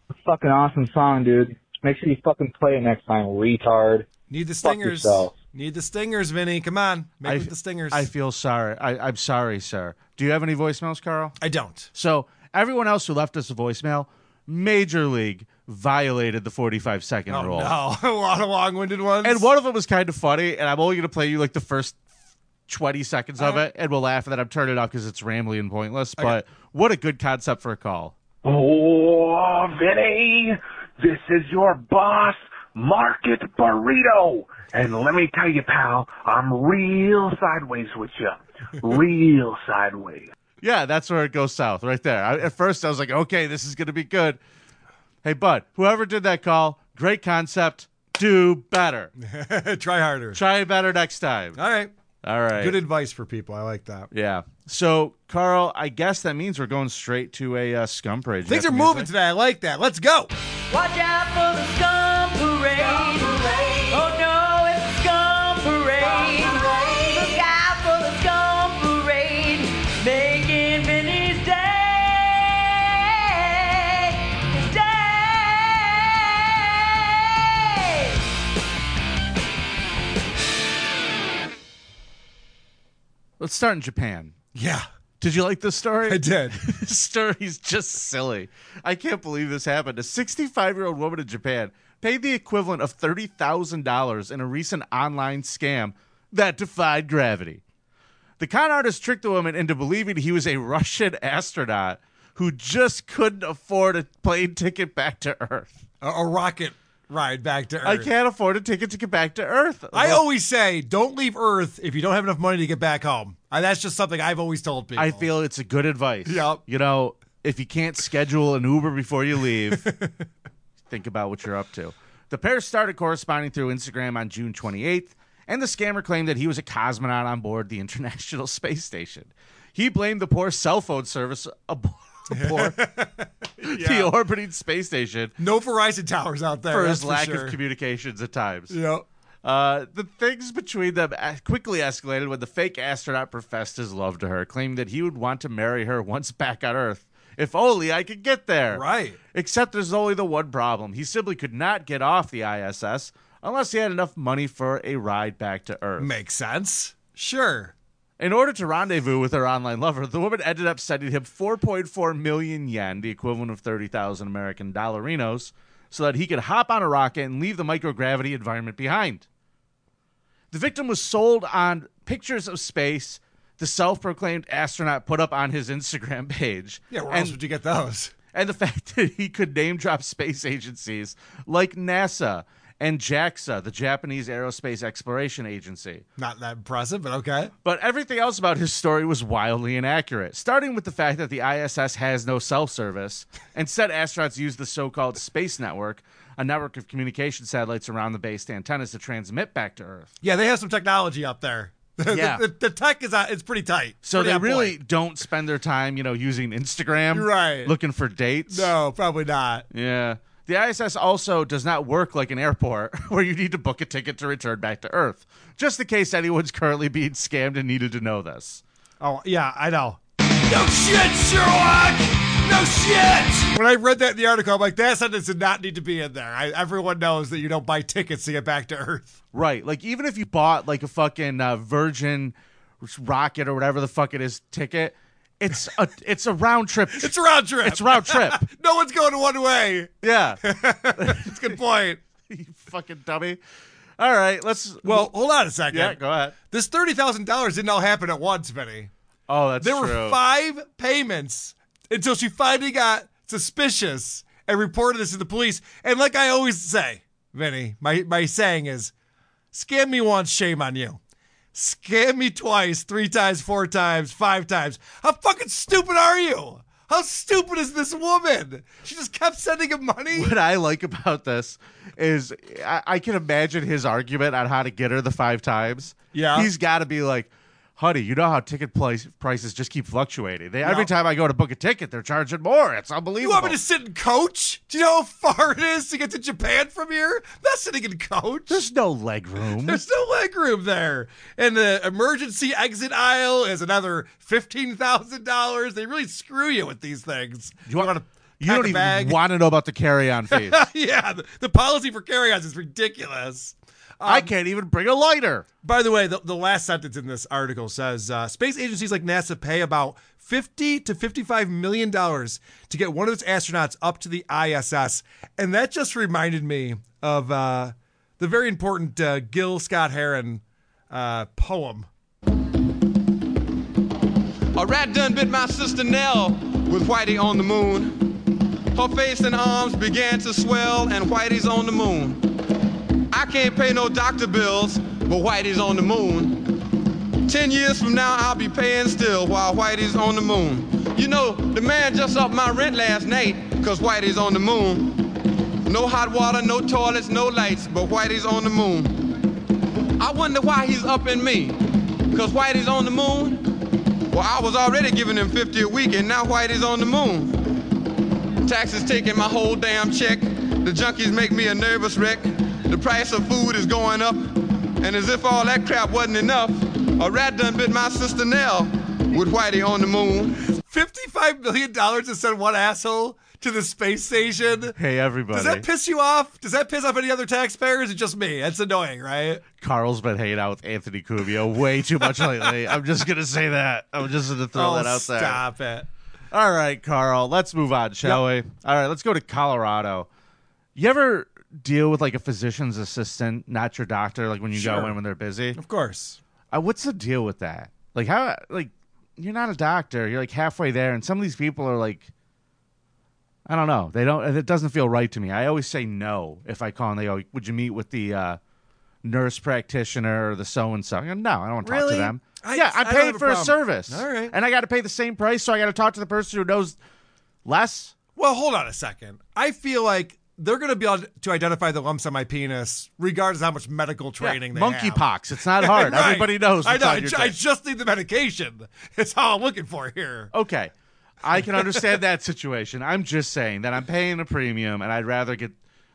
It's a fucking awesome song, dude. Make sure you fucking play it next time, retard. Need the Fuck stingers. yourself. Need the stingers, Vinny. Come on. Make I- with the stingers. I feel sorry. I, I'm sorry, sir. Do you have any voicemails, Carl? I don't. So everyone else who left us a voicemail, Major League violated the 45 second oh rule. no! a lot of long-winded ones. And one of them was kind of funny, and I'm only going to play you like the first 20 seconds of Alright. it, and we'll laugh, and then I'm turning it off because it's rambly and pointless. But what a good concept for a call. Oh, Vinny, this is your boss, Market Burrito. And let me tell you, pal, I'm real sideways with you. Real sideways. Yeah, that's where it goes south, right there. I, at first, I was like, okay, this is going to be good. Hey, bud, whoever did that call, great concept. Do better. Try harder. Try better next time. All right. All right. Good advice for people. I like that. Yeah. So, Carl, I guess that means we're going straight to a uh, scum parade. Things You are got the music? moving today. I like that. Let's go. Watch out for the scum parade. Oh no, it's the scum parade. Look out for the scum parade. Making Vinny's day. His day. It Let's start in Japan. Yeah. Did you like this story? I did. this story's just silly. I can't believe this happened. A 65 year old woman in Japan paid the equivalent of $30,000 in a recent online scam that defied gravity. The con artist tricked the woman into believing he was a Russian astronaut who just couldn't afford a plane ticket back to Earth. A, a rocket ride back to Earth. I can't afford a ticket to get back to Earth. I always say, don't leave Earth if you don't have enough money to get back home. And that's just something I've always told people. I feel it's a good advice. Yep. You know, if you can't schedule an Uber before you leave, think about what you're up to. The pair started corresponding through Instagram on June 28th, and the scammer claimed that he was a cosmonaut on board the International Space Station. He blamed the poor cell phone service aboard the orbiting space station no Verizon towers out there for that's his lack sure. of communications at times. Yep. Uh, the things between them a- quickly escalated when the fake astronaut professed his love to her, claiming that he would want to marry her once back on Earth. If only I could get there. Right. Except there's only the one problem. He simply could not get off the ISS unless he had enough money for a ride back to Earth. Makes sense. Sure. In order to rendezvous with her online lover, the woman ended up sending him 4.4 million yen, the equivalent of 30,000 American dollarinos, so that he could hop on a rocket and leave the microgravity environment behind. The victim was sold on pictures of space the self proclaimed astronaut put up on his Instagram page. Yeah, where else would you get those? And the fact that he could name drop space agencies like NASA and JAXA, the Japanese Aerospace Exploration Agency. Not that impressive, but okay. But everything else about his story was wildly inaccurate, starting with the fact that the ISS has no cell service. Instead, astronauts use the so called Space Network, a network of communication satellites around the base antennas to transmit back to Earth. Yeah, they have some technology up there. The- Yeah. the, the tech is out, it's pretty tight. So Pretty they on really point. don't spend their time, you know, using Instagram, Right. Looking for dates. No, probably not. Yeah. The ISS also does not work like an airport where you need to book a ticket to return back to Earth, just in case anyone's currently being scammed and needed to know this. Oh, yeah, I know. No shit, Sherlock! No shit! When I read that in the article, I'm like, that sentence did not need to be in there. I, everyone knows that you don't buy tickets to get back to Earth. Right. Like, even if you bought like a fucking uh, Virgin rocket or whatever the fuck it is ticket, it's a it's a round trip. It's a round trip. It's a round trip. no one's going one way. Yeah. That's a good point. you fucking dummy. All right, let's. Well, hold on a second. Yeah, go ahead. This thirty thousand dollars didn't all happen at once, Benny. Oh, that's there true. were five payments until she finally got suspicious and reported this to the police. And like I always say, Vinny, my, my saying is scam me once, shame on you. Scam me twice, three times, four times, five times. How fucking stupid are you? How stupid is this woman? She just kept sending him money. what I like about this is I, I can imagine his argument on how to get her the five times. Yeah. He's got to be like, honey, you know how ticket price, prices just keep fluctuating. They, Every No. time I go to book a ticket, they're charging more. It's You unbelievable. want me to sit and coach? Do you know how far it is to get to Japan from here? I'm not sitting in coach. There's no leg room. There's no leg room there. And the emergency exit aisle is another fifteen thousand dollars. They really screw you with these things. you want to. You pack don't a even bag? want to know about the carry-on fees. yeah, the, the policy for carry-ons is ridiculous. I can't even bring a lighter. By the way, the, the last sentence in this article says uh, space agencies like NASA pay about 50 to 55 million dollars to get one of its astronauts up to the ISS. And that just reminded me of uh, the very important uh, Gil Scott Heron uh, poem. A rat done bit my sister Nell with Whitey on the moon. Her face and arms began to swell, and Whitey's on the moon. I can't pay no doctor bills, but Whitey's on the moon. Ten years from now, I'll be paying still while Whitey's on the moon. You know, the man just upped my rent last night, cause Whitey's on the moon. No hot water, no toilets, no lights, but Whitey's on the moon. I wonder why he's upping me, cause Whitey's on the moon. Well, I was already giving him 50 a week, and now Whitey's on the moon. Taxes taking my whole damn check. The junkies make me a nervous wreck. The price of food is going up, and as if all that crap wasn't enough, a rat done bit my sister Nell with Whitey on the moon. $55 million to send one asshole to the space station. Hey, everybody. Does that piss you off? Does that piss off any other taxpayers? It's just me. That's annoying, right? Carl's been hanging out with Anthony Cubio way too much lately. I'm just gonna say that. I'm just gonna throw Oh, that out there. Stop it. All right, Carl. Let's move on, shall we? All right, let's go to Colorado. You ever deal with like a physician's assistant, not your doctor, like when you go Sure. in when they're busy? Of course. Uh, what's the deal with that? Like how like you're not a doctor, you're like halfway there and some of these people are like I don't know. They don't it doesn't feel right to me. I always say no if I call and they go, "Would you meet with the uh nurse practitioner or the so and so?" No, I don't want to talk to Really? them. I- yeah, I I don't paid have a for a problem. service. All right. And I got to pay the same price, so I got to talk to the person who knows less. Well, hold on a second. I feel like they're going to be able to identify the lumps on my penis, regardless of how much medical training they have. monkeypox. It's not hard. Right. Everybody knows. I it's know. on I, your ju- I dick. just need the medication. It's all I'm looking for here. Okay. I can understand that situation. I'm just saying that I'm paying a premium and I'd rather get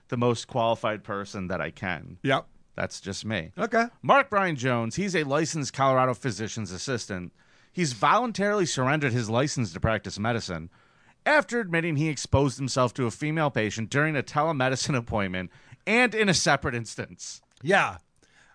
the most qualified person that I can. Yep. That's just me. Okay. Mark Brian Jones, he's a licensed Colorado physician's assistant. He's voluntarily surrendered his license to practice medicine after admitting he exposed himself to a female patient during a telemedicine appointment and in a separate instance. Yeah.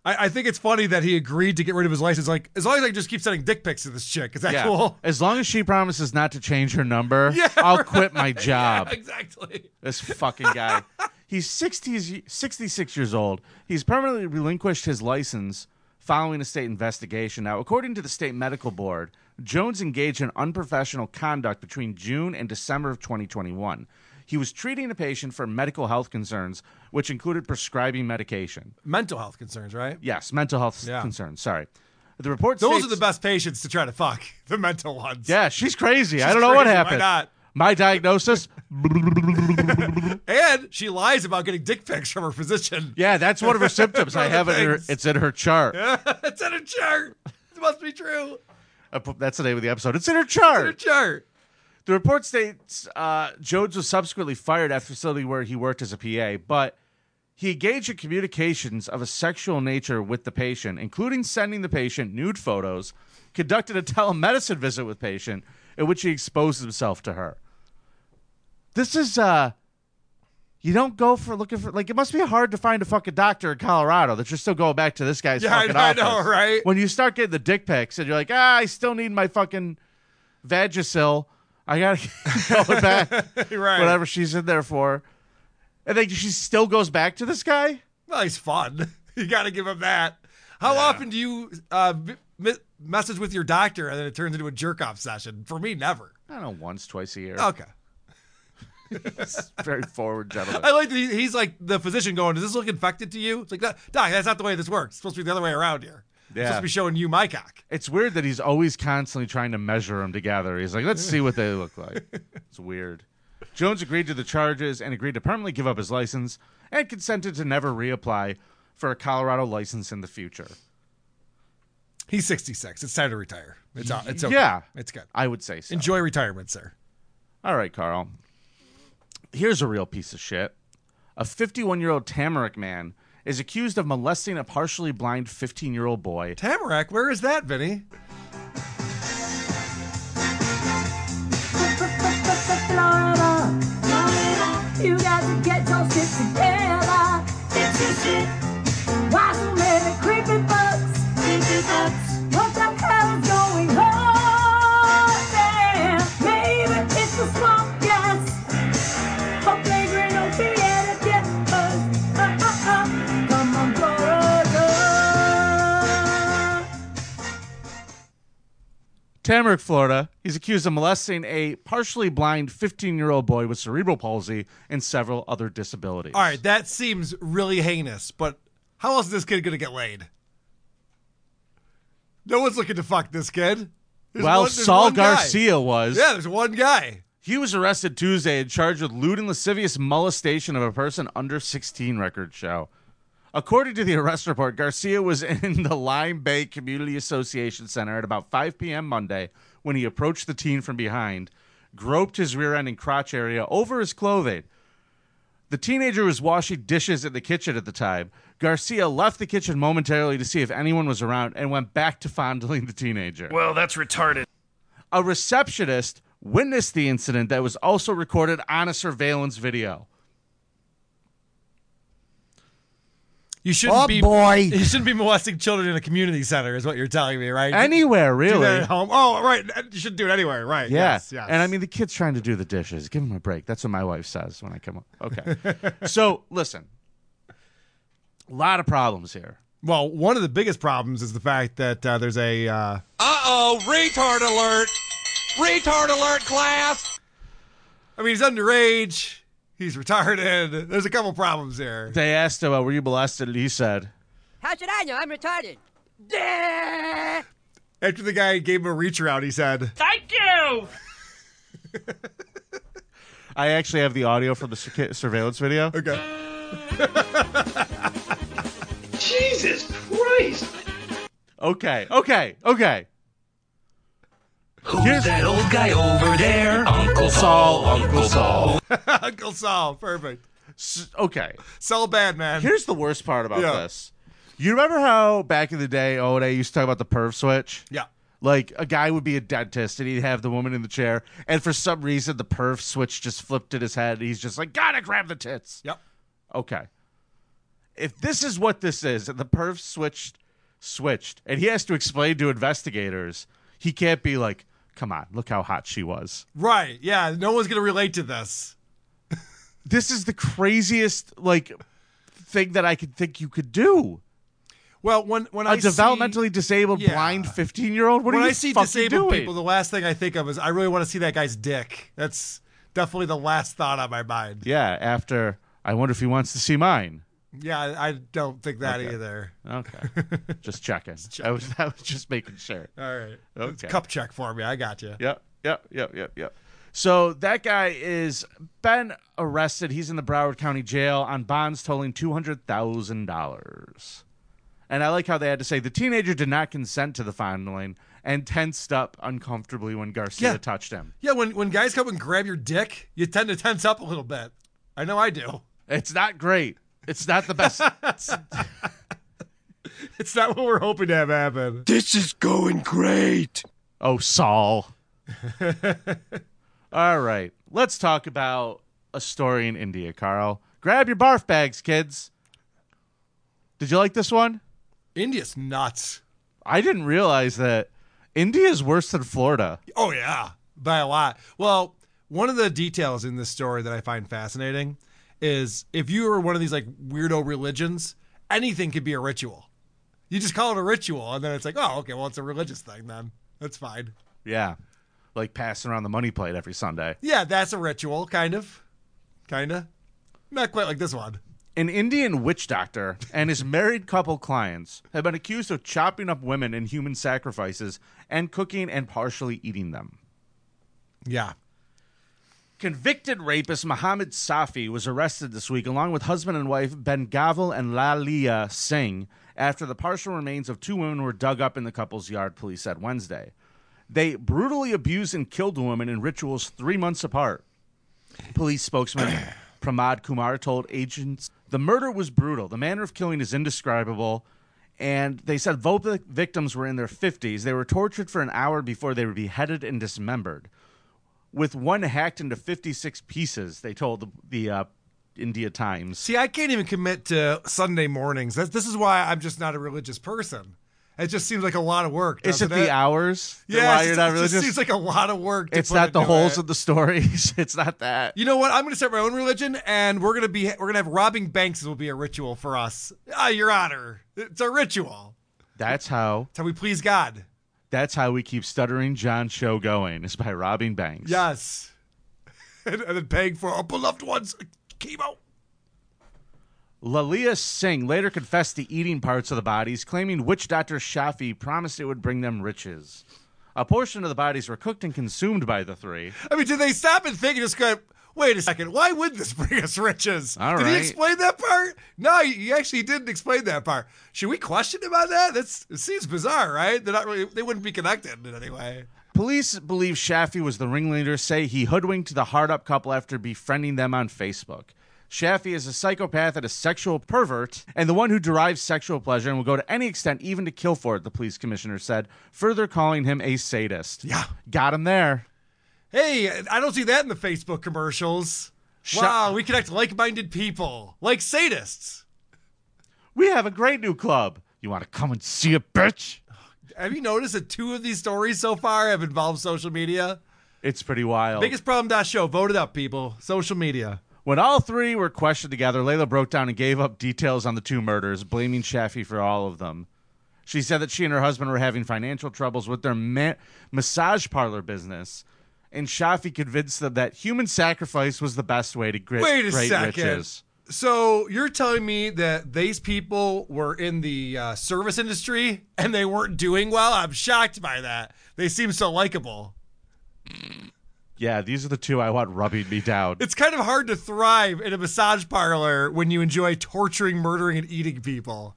I, I think it's funny that he agreed to get rid of his license. Like, as long as I just keep sending dick pics to this chick, is that Yeah. cool? As long as she promises not to change her number, I'll quit my right. job. Yeah, exactly. This fucking guy. He's 60, 66 years old. He's permanently relinquished his license following a state investigation. Now, according to the state medical board, Jones engaged in unprofessional conduct between June and December of 2021. He was treating a patient for medical health concerns, which included prescribing medication. Mental health concerns, right? Yes, mental health s- Yeah. concerns. Sorry. The report Those states- are the best patients to try to fuck. The mental ones. Yeah, she's crazy. I She's don't know what crazy. Why happened. not? My diagnosis. And she lies about getting dick pics from her physician. Yeah, that's one of her symptoms. I One of have the it. In her, things. it's in her chart. it's in a chart. It must be true. I put- That's the name of the episode. It's in her chart. It's in her chart. The report states uh, Jones was subsequently fired at the facility where he worked as a PA, but he engaged in communications of a sexual nature with the patient, including sending the patient nude photos, conducted a telemedicine visit with patient in which he exposed himself to her. This is uh you don't go for looking for like it must be hard to find a fucking doctor in Colorado that you're still going back to this guy's Yeah, I- fucking I office. know, right? When you start getting the dick pics and you're like, ah, I still need my fucking Vagisil. I gotta keep going back. Right. Whatever she's in there for. And then she still goes back to this guy? Well, he's fun. You got to give him that. How often do you uh, m- m- message with your doctor and then it turns into a jerk off session? For me, never. I don't know, once, twice a year. Okay. Oh, Very forward gentleman. I like that he, he's like the physician going, Does this look infected to you? It's like, "Doc, that's not the way this works. It's supposed to be the other way around here. I'm Yeah. supposed to be showing you my cock. It's weird that he's always constantly trying to measure them together. He's like, let's see what they look like. It's weird. Jones agreed to the charges and agreed to permanently give up his license and consented to never reapply for a Colorado license in the future. He's 66. It's time to retire. It's, o- it's okay. Yeah. It's good. I would say so. Enjoy retirement, sir. All right, Carl. Here's a real piece of shit. A 51 year old Tamarack man is accused of molesting a partially blind 15 year old boy. Tamarack, where is that, Vinny? Florida, Florida, you got to get your shit together. Fix your shit. Why so many creepy bugs? Creepy bugs. What the hell is going on there? Maybe it's the swamp gas. A flagrant opiate get us. Uh, uh, uh. Come on, Florida. Tamarack, Florida. He's accused of molesting a partially blind 15 year old boy with cerebral palsy and several other disabilities. All right, that seems really heinous, but how else is this kid going to get laid? No one's looking to fuck this kid. There's well, one- there's Saul one guy. Garcia was. Yeah, there's one guy. He was arrested Tuesday and charged with lewd and lascivious molestation of a person under 16 record show. According to the arrest report, Garcia was in the Lime Bay Community Association Center at about 5 p.m. Monday when he approached the teen from behind, groped his rear end and crotch area over his clothing. The teenager was washing dishes in the kitchen at the time. Garcia left the kitchen momentarily to see if anyone was around and went back to fondling the teenager. Well, that's retarded. A receptionist witnessed the incident that was also recorded on a surveillance video. You shouldn't Oh, be boy. You shouldn't be molesting children in a community center, is what you're telling me, right? Anywhere, Do really. that at home. Oh, right. You should do it anywhere, right? Yeah. Yes. yes. And I mean, the kid's trying to do the dishes. Give him a break. That's what my wife says when I come up. Okay. so listen, a lot of problems here. well, one of the biggest problems is the fact that uh, there's a. Uh, Uh oh, retard alert! Retard alert, class! I mean, he's underage. He's retarded. There's a couple problems there. They asked him, uh, "Were you molested?" And he said, How should I know? I'm retarded. After the guy gave him a reach around, he said, Thank you. "I actually have the audio from the sur- surveillance video." Okay. Jesus Christ! Okay. Okay. Okay. Who's that old guy over there? Uncle Saul, Uncle Saul. Uncle Saul, perfect. okay. Saul bad, man. Here's the worst part about Yeah. this. You remember how back in the day, O and A used to talk about the perv switch? Yeah. Like a guy would be a dentist and he'd have the woman in the chair, and for some reason the perv switch just flipped in his head. And he's just like, gotta grab the tits. Yep. Okay. If this is what this is, and the perv switched switched, and he has to explain to investigators, he can't be like, come on, look how hot she was. Right. Yeah. No one's going to relate to this. This is the craziest like thing that I could think you could do. Well, when when a I see- developmentally disabled blind 15 year old. What when are you I see fucking disabled doing? people, the last thing I think of is I really want to see that guy's dick. That's definitely the last thought on my mind. yeah, after I wonder if he wants to see mine. Yeah, I I don't think that Okay. either. Okay, just checking. I was I was just making sure. All right, It's Okay. cup check for me. I got you. Yep, yep, yep, yep, yep. So that guy is been arrested. He's in the Broward County Jail on bonds totaling two hundred thousand dollars. And I like how they had to say the teenager did not consent to the fondling and tensed up uncomfortably when Garcia Yeah. touched him. Yeah, when when guys come and grab your dick, you tend to tense up a little bit. I know I do. It's not great. It's not the best. it's not what we're hoping to have happen. This is going great. Oh, Saul. All right. Let's talk about a story in India, Carl. Grab your barf bags, kids. Did you like this one? India's nuts. I didn't realize that India's worse than Florida. Oh yeah, by a lot. Well, one of the details in this story that I find fascinating is if you are one of these like weirdo religions, anything could be a ritual. You just call it a ritual, and then it's like, oh, okay, well, it's a religious thing then. That's fine. Yeah. Like passing around the money plate every Sunday. Yeah, that's a ritual, kind of, kind of. Not quite like this one. An Indian witch doctor and his married couple clients have been accused of chopping up women in human sacrifices and cooking and partially eating them. Yeah. Convicted rapist Mohammed Safi was arrested this week along with husband and wife Ben Gavel and Lalia Singh after the partial remains of two women were dug up in the couple's yard, police said Wednesday. They brutally abused and killed the women in rituals three months apart. Police spokesman Pramod Kumar told agents the murder was brutal. The manner of killing is indescribable. And they said both the victims were in their 50s. They were tortured for an hour before they were beheaded and dismembered. With one hacked into 56 pieces, they told the, the uh, India Times. See, I can't even commit to Sunday mornings. That's, this is why I'm just not a religious person. It just seems like a lot of work. Is it doesn't the hours? that Yeah, why it's you're just- not it just religious? seems like a lot of work. to It's put not the into holes it. of the stories. It's not that. You know what? I'm going to start my own religion, and we're going to be we're going to have robbing banks will be a ritual for us. Ah, Your Honor, it's a ritual. That's how. That's how we please God. That's how we keep Stuttering John show going is by robbing banks. Yes, and, and then paying for our beloved ones' chemo. Lalia Singh later confessed to eating parts of the bodies, claiming witch doctor Shafi promised it would bring them riches. A portion of the bodies were cooked and consumed by the three. I mean, did they stop and think and just go? Wait a second. Why would this bring us riches? All did he right. explain that part? No, he- he actually didn't explain that part. Should we question him on that? That's it seems bizarre, right? They're not really. They wouldn't be connected in any way. Police believe Shafi was the ringleader, say he hoodwinked the hard up couple after befriending them on Facebook. Shafi is a psychopath and a sexual pervert, and the one who derives sexual pleasure and will go to any extent, even to kill for it, the police commissioner said, further calling him a sadist. Yeah. Got him there. Hey, I don't see that in the Facebook commercials. Shut- wow, we connect like-minded people, like sadists. We have a great new club. You want to come and see it, bitch? Have you noticed that two of these stories so far have involved social media? It's pretty wild. Biggest problem dot show. Vote it up, people. Social media. When all three were questioned together, Layla broke down and gave up details on the two murders, blaming Shafi for all of them. She said that she and her husband were having financial troubles with their ma- massage parlor business, and Shafi convinced them that human sacrifice was the best way to grit Wait a great second. riches. So you're telling me that these people were in the uh, service industry and they weren't doing well? I'm shocked by that. They seem so likable. Yeah, these are the two I want rubbing me down. It's kind of hard to thrive in a massage parlor when you enjoy torturing, murdering, and eating people.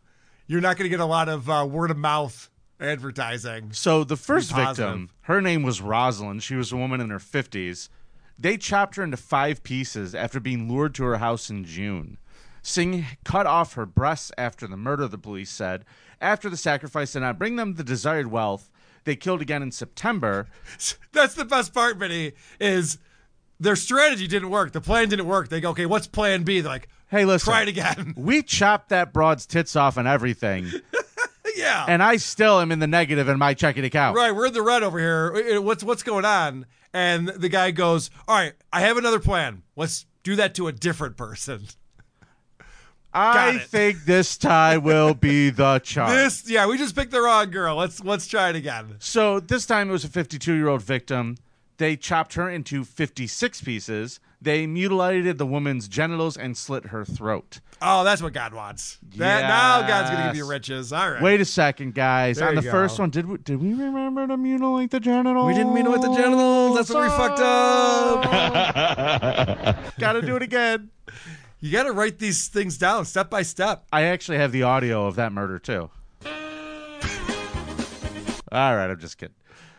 You're not going to get a lot of uh, word of mouth advertising. So the first Be positive. victim, her name was Rosalind. She was a woman in her 50s. They chopped her into five pieces after being lured to her house in June. Singh cut off her breasts after the murder, the police said. After the sacrifice did not bring them the desired wealth, they killed again in September. That's the best part, Vinny, is their strategy didn't work. The plan didn't work. They go, okay, what's plan B? They're like, Hey, listen. Try it again. We chopped that broad's tits off and everything. yeah. And I still am in the negative in my checking account. Right, we're in the red over here. Uh, What's what's going on? And the guy goes, "All right, I have another plan. Let's do that to a different person." Got I it. think this tie will be the charm. This, yeah, we just picked the wrong girl. Let's let's try it again. So this time it was a 52 year old victim. They chopped her into 56 pieces. They mutilated the woman's genitals and slit her throat. Oh, that's what God wants. That now God's gonna give you Yes. riches. All right. Wait a second, guys. There On you the go. first one, did we, did we remember to mutilate the genitals? We didn't mean it with the genitals. That's what we fucked up. Gotta do it again. You gotta write these things down step by step. I actually have the audio of that murder too. All right, I'm just kidding.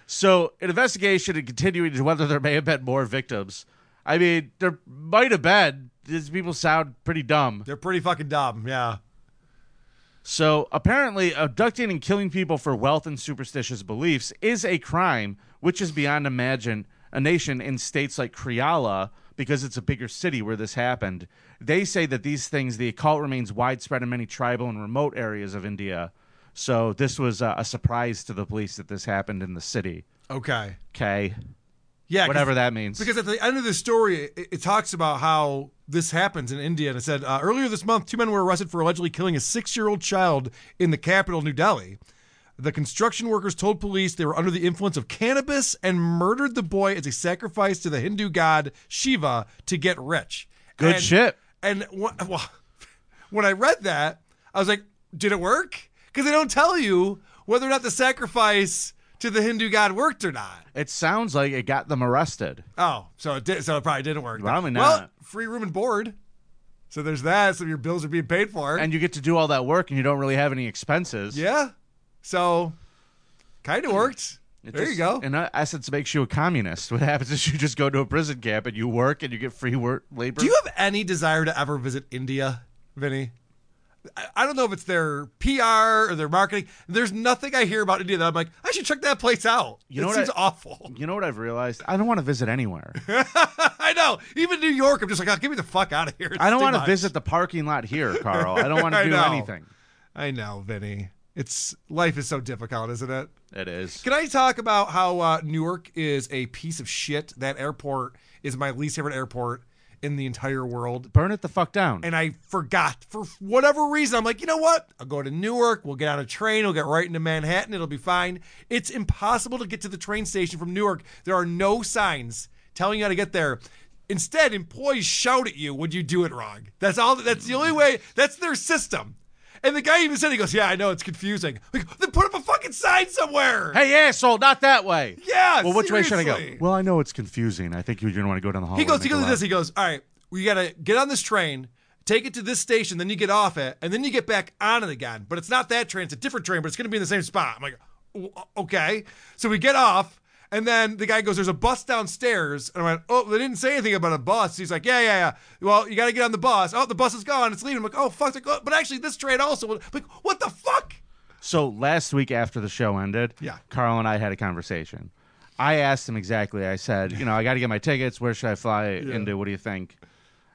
So, an investigation and continuing to whether there may have been more victims. I mean, there might have been. These people sound pretty dumb. They're pretty fucking dumb, yeah. So, apparently, abducting and killing people for wealth and superstitious beliefs is a crime which is beyond imagine a nation in states like Creala because it's a bigger city where this happened. They say that these things, the occult remains widespread in many tribal and remote areas of India. So, this was uh, a surprise to the police that this happened in the city. Okay. Okay. Yeah, 'cause- Whatever that means. Because at the end of the story, it, it talks about how this happens in India. And it said uh, earlier this month, two men were arrested for allegedly killing a six-year-old child in the capital, New Delhi. The construction workers told police they were under the influence of cannabis and murdered the boy as a sacrifice to the Hindu god Shiva to get rich. Good And- shit. And wha- wha- when I read that, I was like, did it work? Because they don't tell you whether or not the sacrifice to the Hindu god worked or not. It sounds like it got them arrested. Oh, so it did. So it probably didn't work. Probably Well, not. free room and board. So there's that. So your bills are being paid for. And you get to do all that work and you don't really have any expenses. yeah. So kind of worked. It there just, you go. In essence, makes you a communist. What happens is you just go to a prison camp and you work and you get free work labor. Do you have any desire to ever visit India, Vinny? I, I don't know if it's their PR or their marketing. There's nothing I hear about India that I'm like, I should check that place out. You it know what seems I- awful. You know what I've realized? I don't want to visit anywhere. I know. Even New York, I'm just like, oh, get me the fuck out of here. It's I don't too want to much." visit the parking lot here, Carl. I don't want I to do know. anything. I know, Vinny. It's life is so difficult, isn't it? It is. Can I talk about how uh, Newark is a piece of shit? That airport is my least favorite airport in the entire world. Burn it the fuck down. And I forgot for whatever reason. I'm like, you know what? I'll go to Newark. We'll get on a train. We'll get right into Manhattan. It'll be fine. It's impossible to get to the train station from Newark. There are no signs telling you how to get there. Instead, employees shout at you when you do it wrong. That's all. That's the only way. That's their system. And the guy even said, he goes, yeah, I know it's confusing. Like, then put up a fucking sign somewhere. Hey, asshole, not that way. Yeah. well, which way should I go? seriously. Well, I know it's confusing. I think you're going to want to go down the hall. He goes, he goes to this. He goes, all right, we gotta get on this train, take it to this station, then you get off it, and then you get back on it again. But it's not that train; it's a different train, but it's gonna be in the same spot. I'm like, w- okay. So we get off, and then the guy goes, "There's a bus downstairs," and I went, "Oh, they didn't say anything about a bus." He's like, "Yeah, yeah, yeah. Well, you gotta get on the bus. Oh, the bus is gone; it's leaving." I'm like, "Oh, fuck!" they're go- But actually, this train also. will-" Like, what the fuck? So last week after the show ended, Yeah. Carl and I had a conversation. I asked him exactly. I said, you know, I got to get my tickets. Where should I fly Yeah. into? What do you think?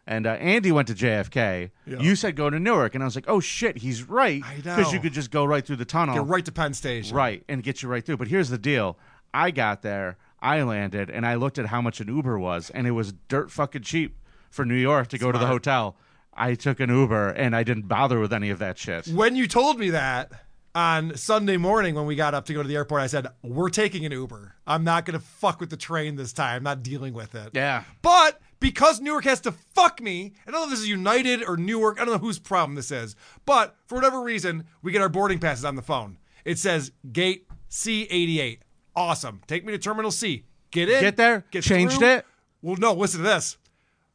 And uh, Andy went to JFK. Yeah. You said go to Newark, and I was like, oh shit, he's right because you know. could just go right through the tunnel, Get right to Penn Station. right, and get you right through. But here's the deal: I got there, I landed, and I looked at how much an Uber was, and it was dirt fucking cheap for New York to go to the hotel. I took an Uber, and I didn't bother with any of that shit. When you told me that on Sunday morning when we got up to go to the airport, I said, We're taking an Uber. I'm not going to fuck with the train this time. I'm not dealing with it. Yeah. But because Newark has to fuck me, and I don't know if this is United or Newark, I don't know whose problem this is, but for whatever reason, we get our boarding passes on the phone. It says gate C88. Awesome. Take me to Terminal C. Get in. Get there. Changed through. it. Well, no, listen to this.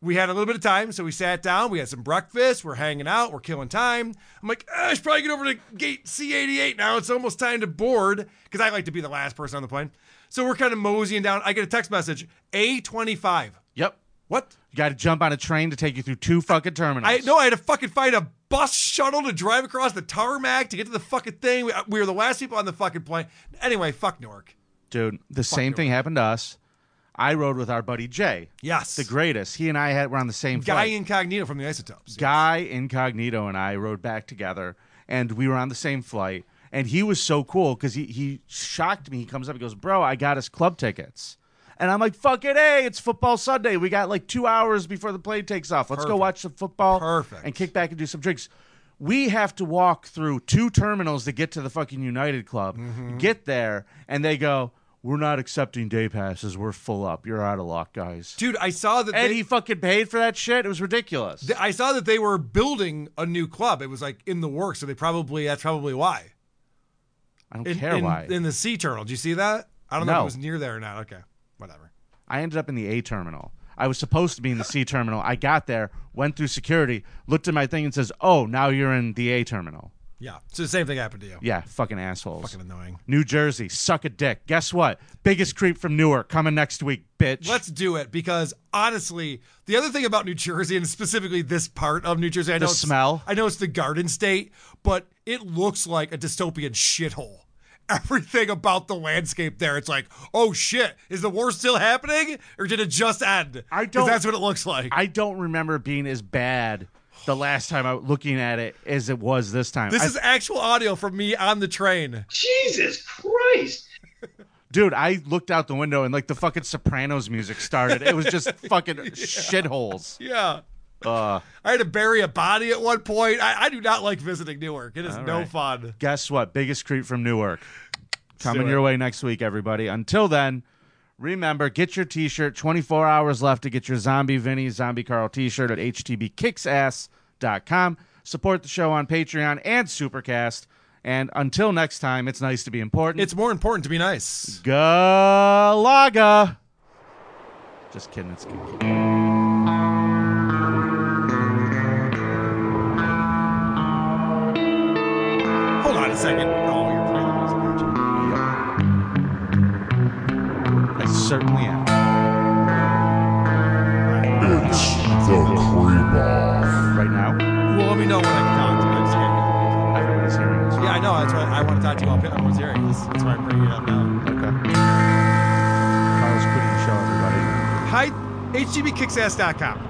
We had a little bit of time, so we sat down. We had some breakfast. We're hanging out. We're killing time. I'm like, "Ah, I should probably get over to gate C88 now. It's almost time to board because I like to be the last person on the plane. So we're kind of moseying down. I get a text message A25. Yep. What? You got to jump on a train to take you through two fucking terminals. I no, I had to fucking find a bus shuttle to drive across the tarmac to get to the fucking thing. We, uh, we were the last people on the fucking plane. Anyway, fuck Newark. Dude, the same thing happened to us. I rode with our buddy Jay. Yes. The greatest. He and I had, were on the same Guy flight. incognito from the isotopes. Guy Incognito and I rode back together, and we were on the same flight. And he was so cool because he, he shocked me. He comes up and goes, Bro, I got us club tickets. And I'm like, Fuck it, hey, it's football Sunday. We got like two hours before the plane takes off. Let's go Perfect. watch the football Perfect. and kick back and do some drinks. We have to walk through two terminals to get to the fucking United Club, Mm-hmm. get there, and they go, We're not accepting day passes. We're full up. You're out of luck, guys. Dude, I saw that. And they- he fucking paid for that shit. It was ridiculous. Th- I saw that they were building a new club. It was like in the works, so they probably that's probably why. I don't in, care in- why. In the C terminal, do you see that? I don't know if No. it was near there or not. Okay, whatever. I ended up in the A terminal. I was supposed to be in the C terminal. I got there, went through security, looked at my thing, and says, "Oh, now you're in the A terminal." Yeah. So the same thing happened to you. Yeah, fucking assholes. Fucking annoying. New Jersey, suck a dick. Guess what? Biggest creep from Newark coming next week, bitch. Let's do it because honestly, the other thing about New Jersey and specifically this part of New Jersey, I The know it's- smell. I know it's the Garden State, but it looks like a dystopian shithole. Everything about the landscape there, it's like, oh shit, is the war still happening or did it just end? I don't- That's what it looks like. I don't remember being as bad the last time I was looking at it as it was this time. This I- is actual audio from me on the train. Jesus Christ. dude. I looked out the window and like the fucking Sopranos music started. It was just fucking shitholes. Yeah. Uh, I had to bury a body at one point. I, I do not like visiting Newark. It is All no right. fun. Guess what? Biggest creep from Newark. Coming do it. your way next week, everybody. Until then, remember, get your t shirt. 24 hours left to get your Zombie Vinny, Zombie Carl t shirt at htbkicksass.com. Support the show on Patreon and Supercast. And until next time, it's nice to be important. It's more important to be nice. Galaga. Just kidding. It's good. Hold on a second. Oh, you're playing the music, aren't you? I certainly am. It's the creep off. Right now? Well, let me know when I can talk to you. I just can't Everybody's hearing us. hear you. Yeah, I know. That's why I want to talk to you while everyone's hearing this. That's why I'm bringing it up now. Okay. Carl's quitting the show, everybody. Hi, htbkicksass.com.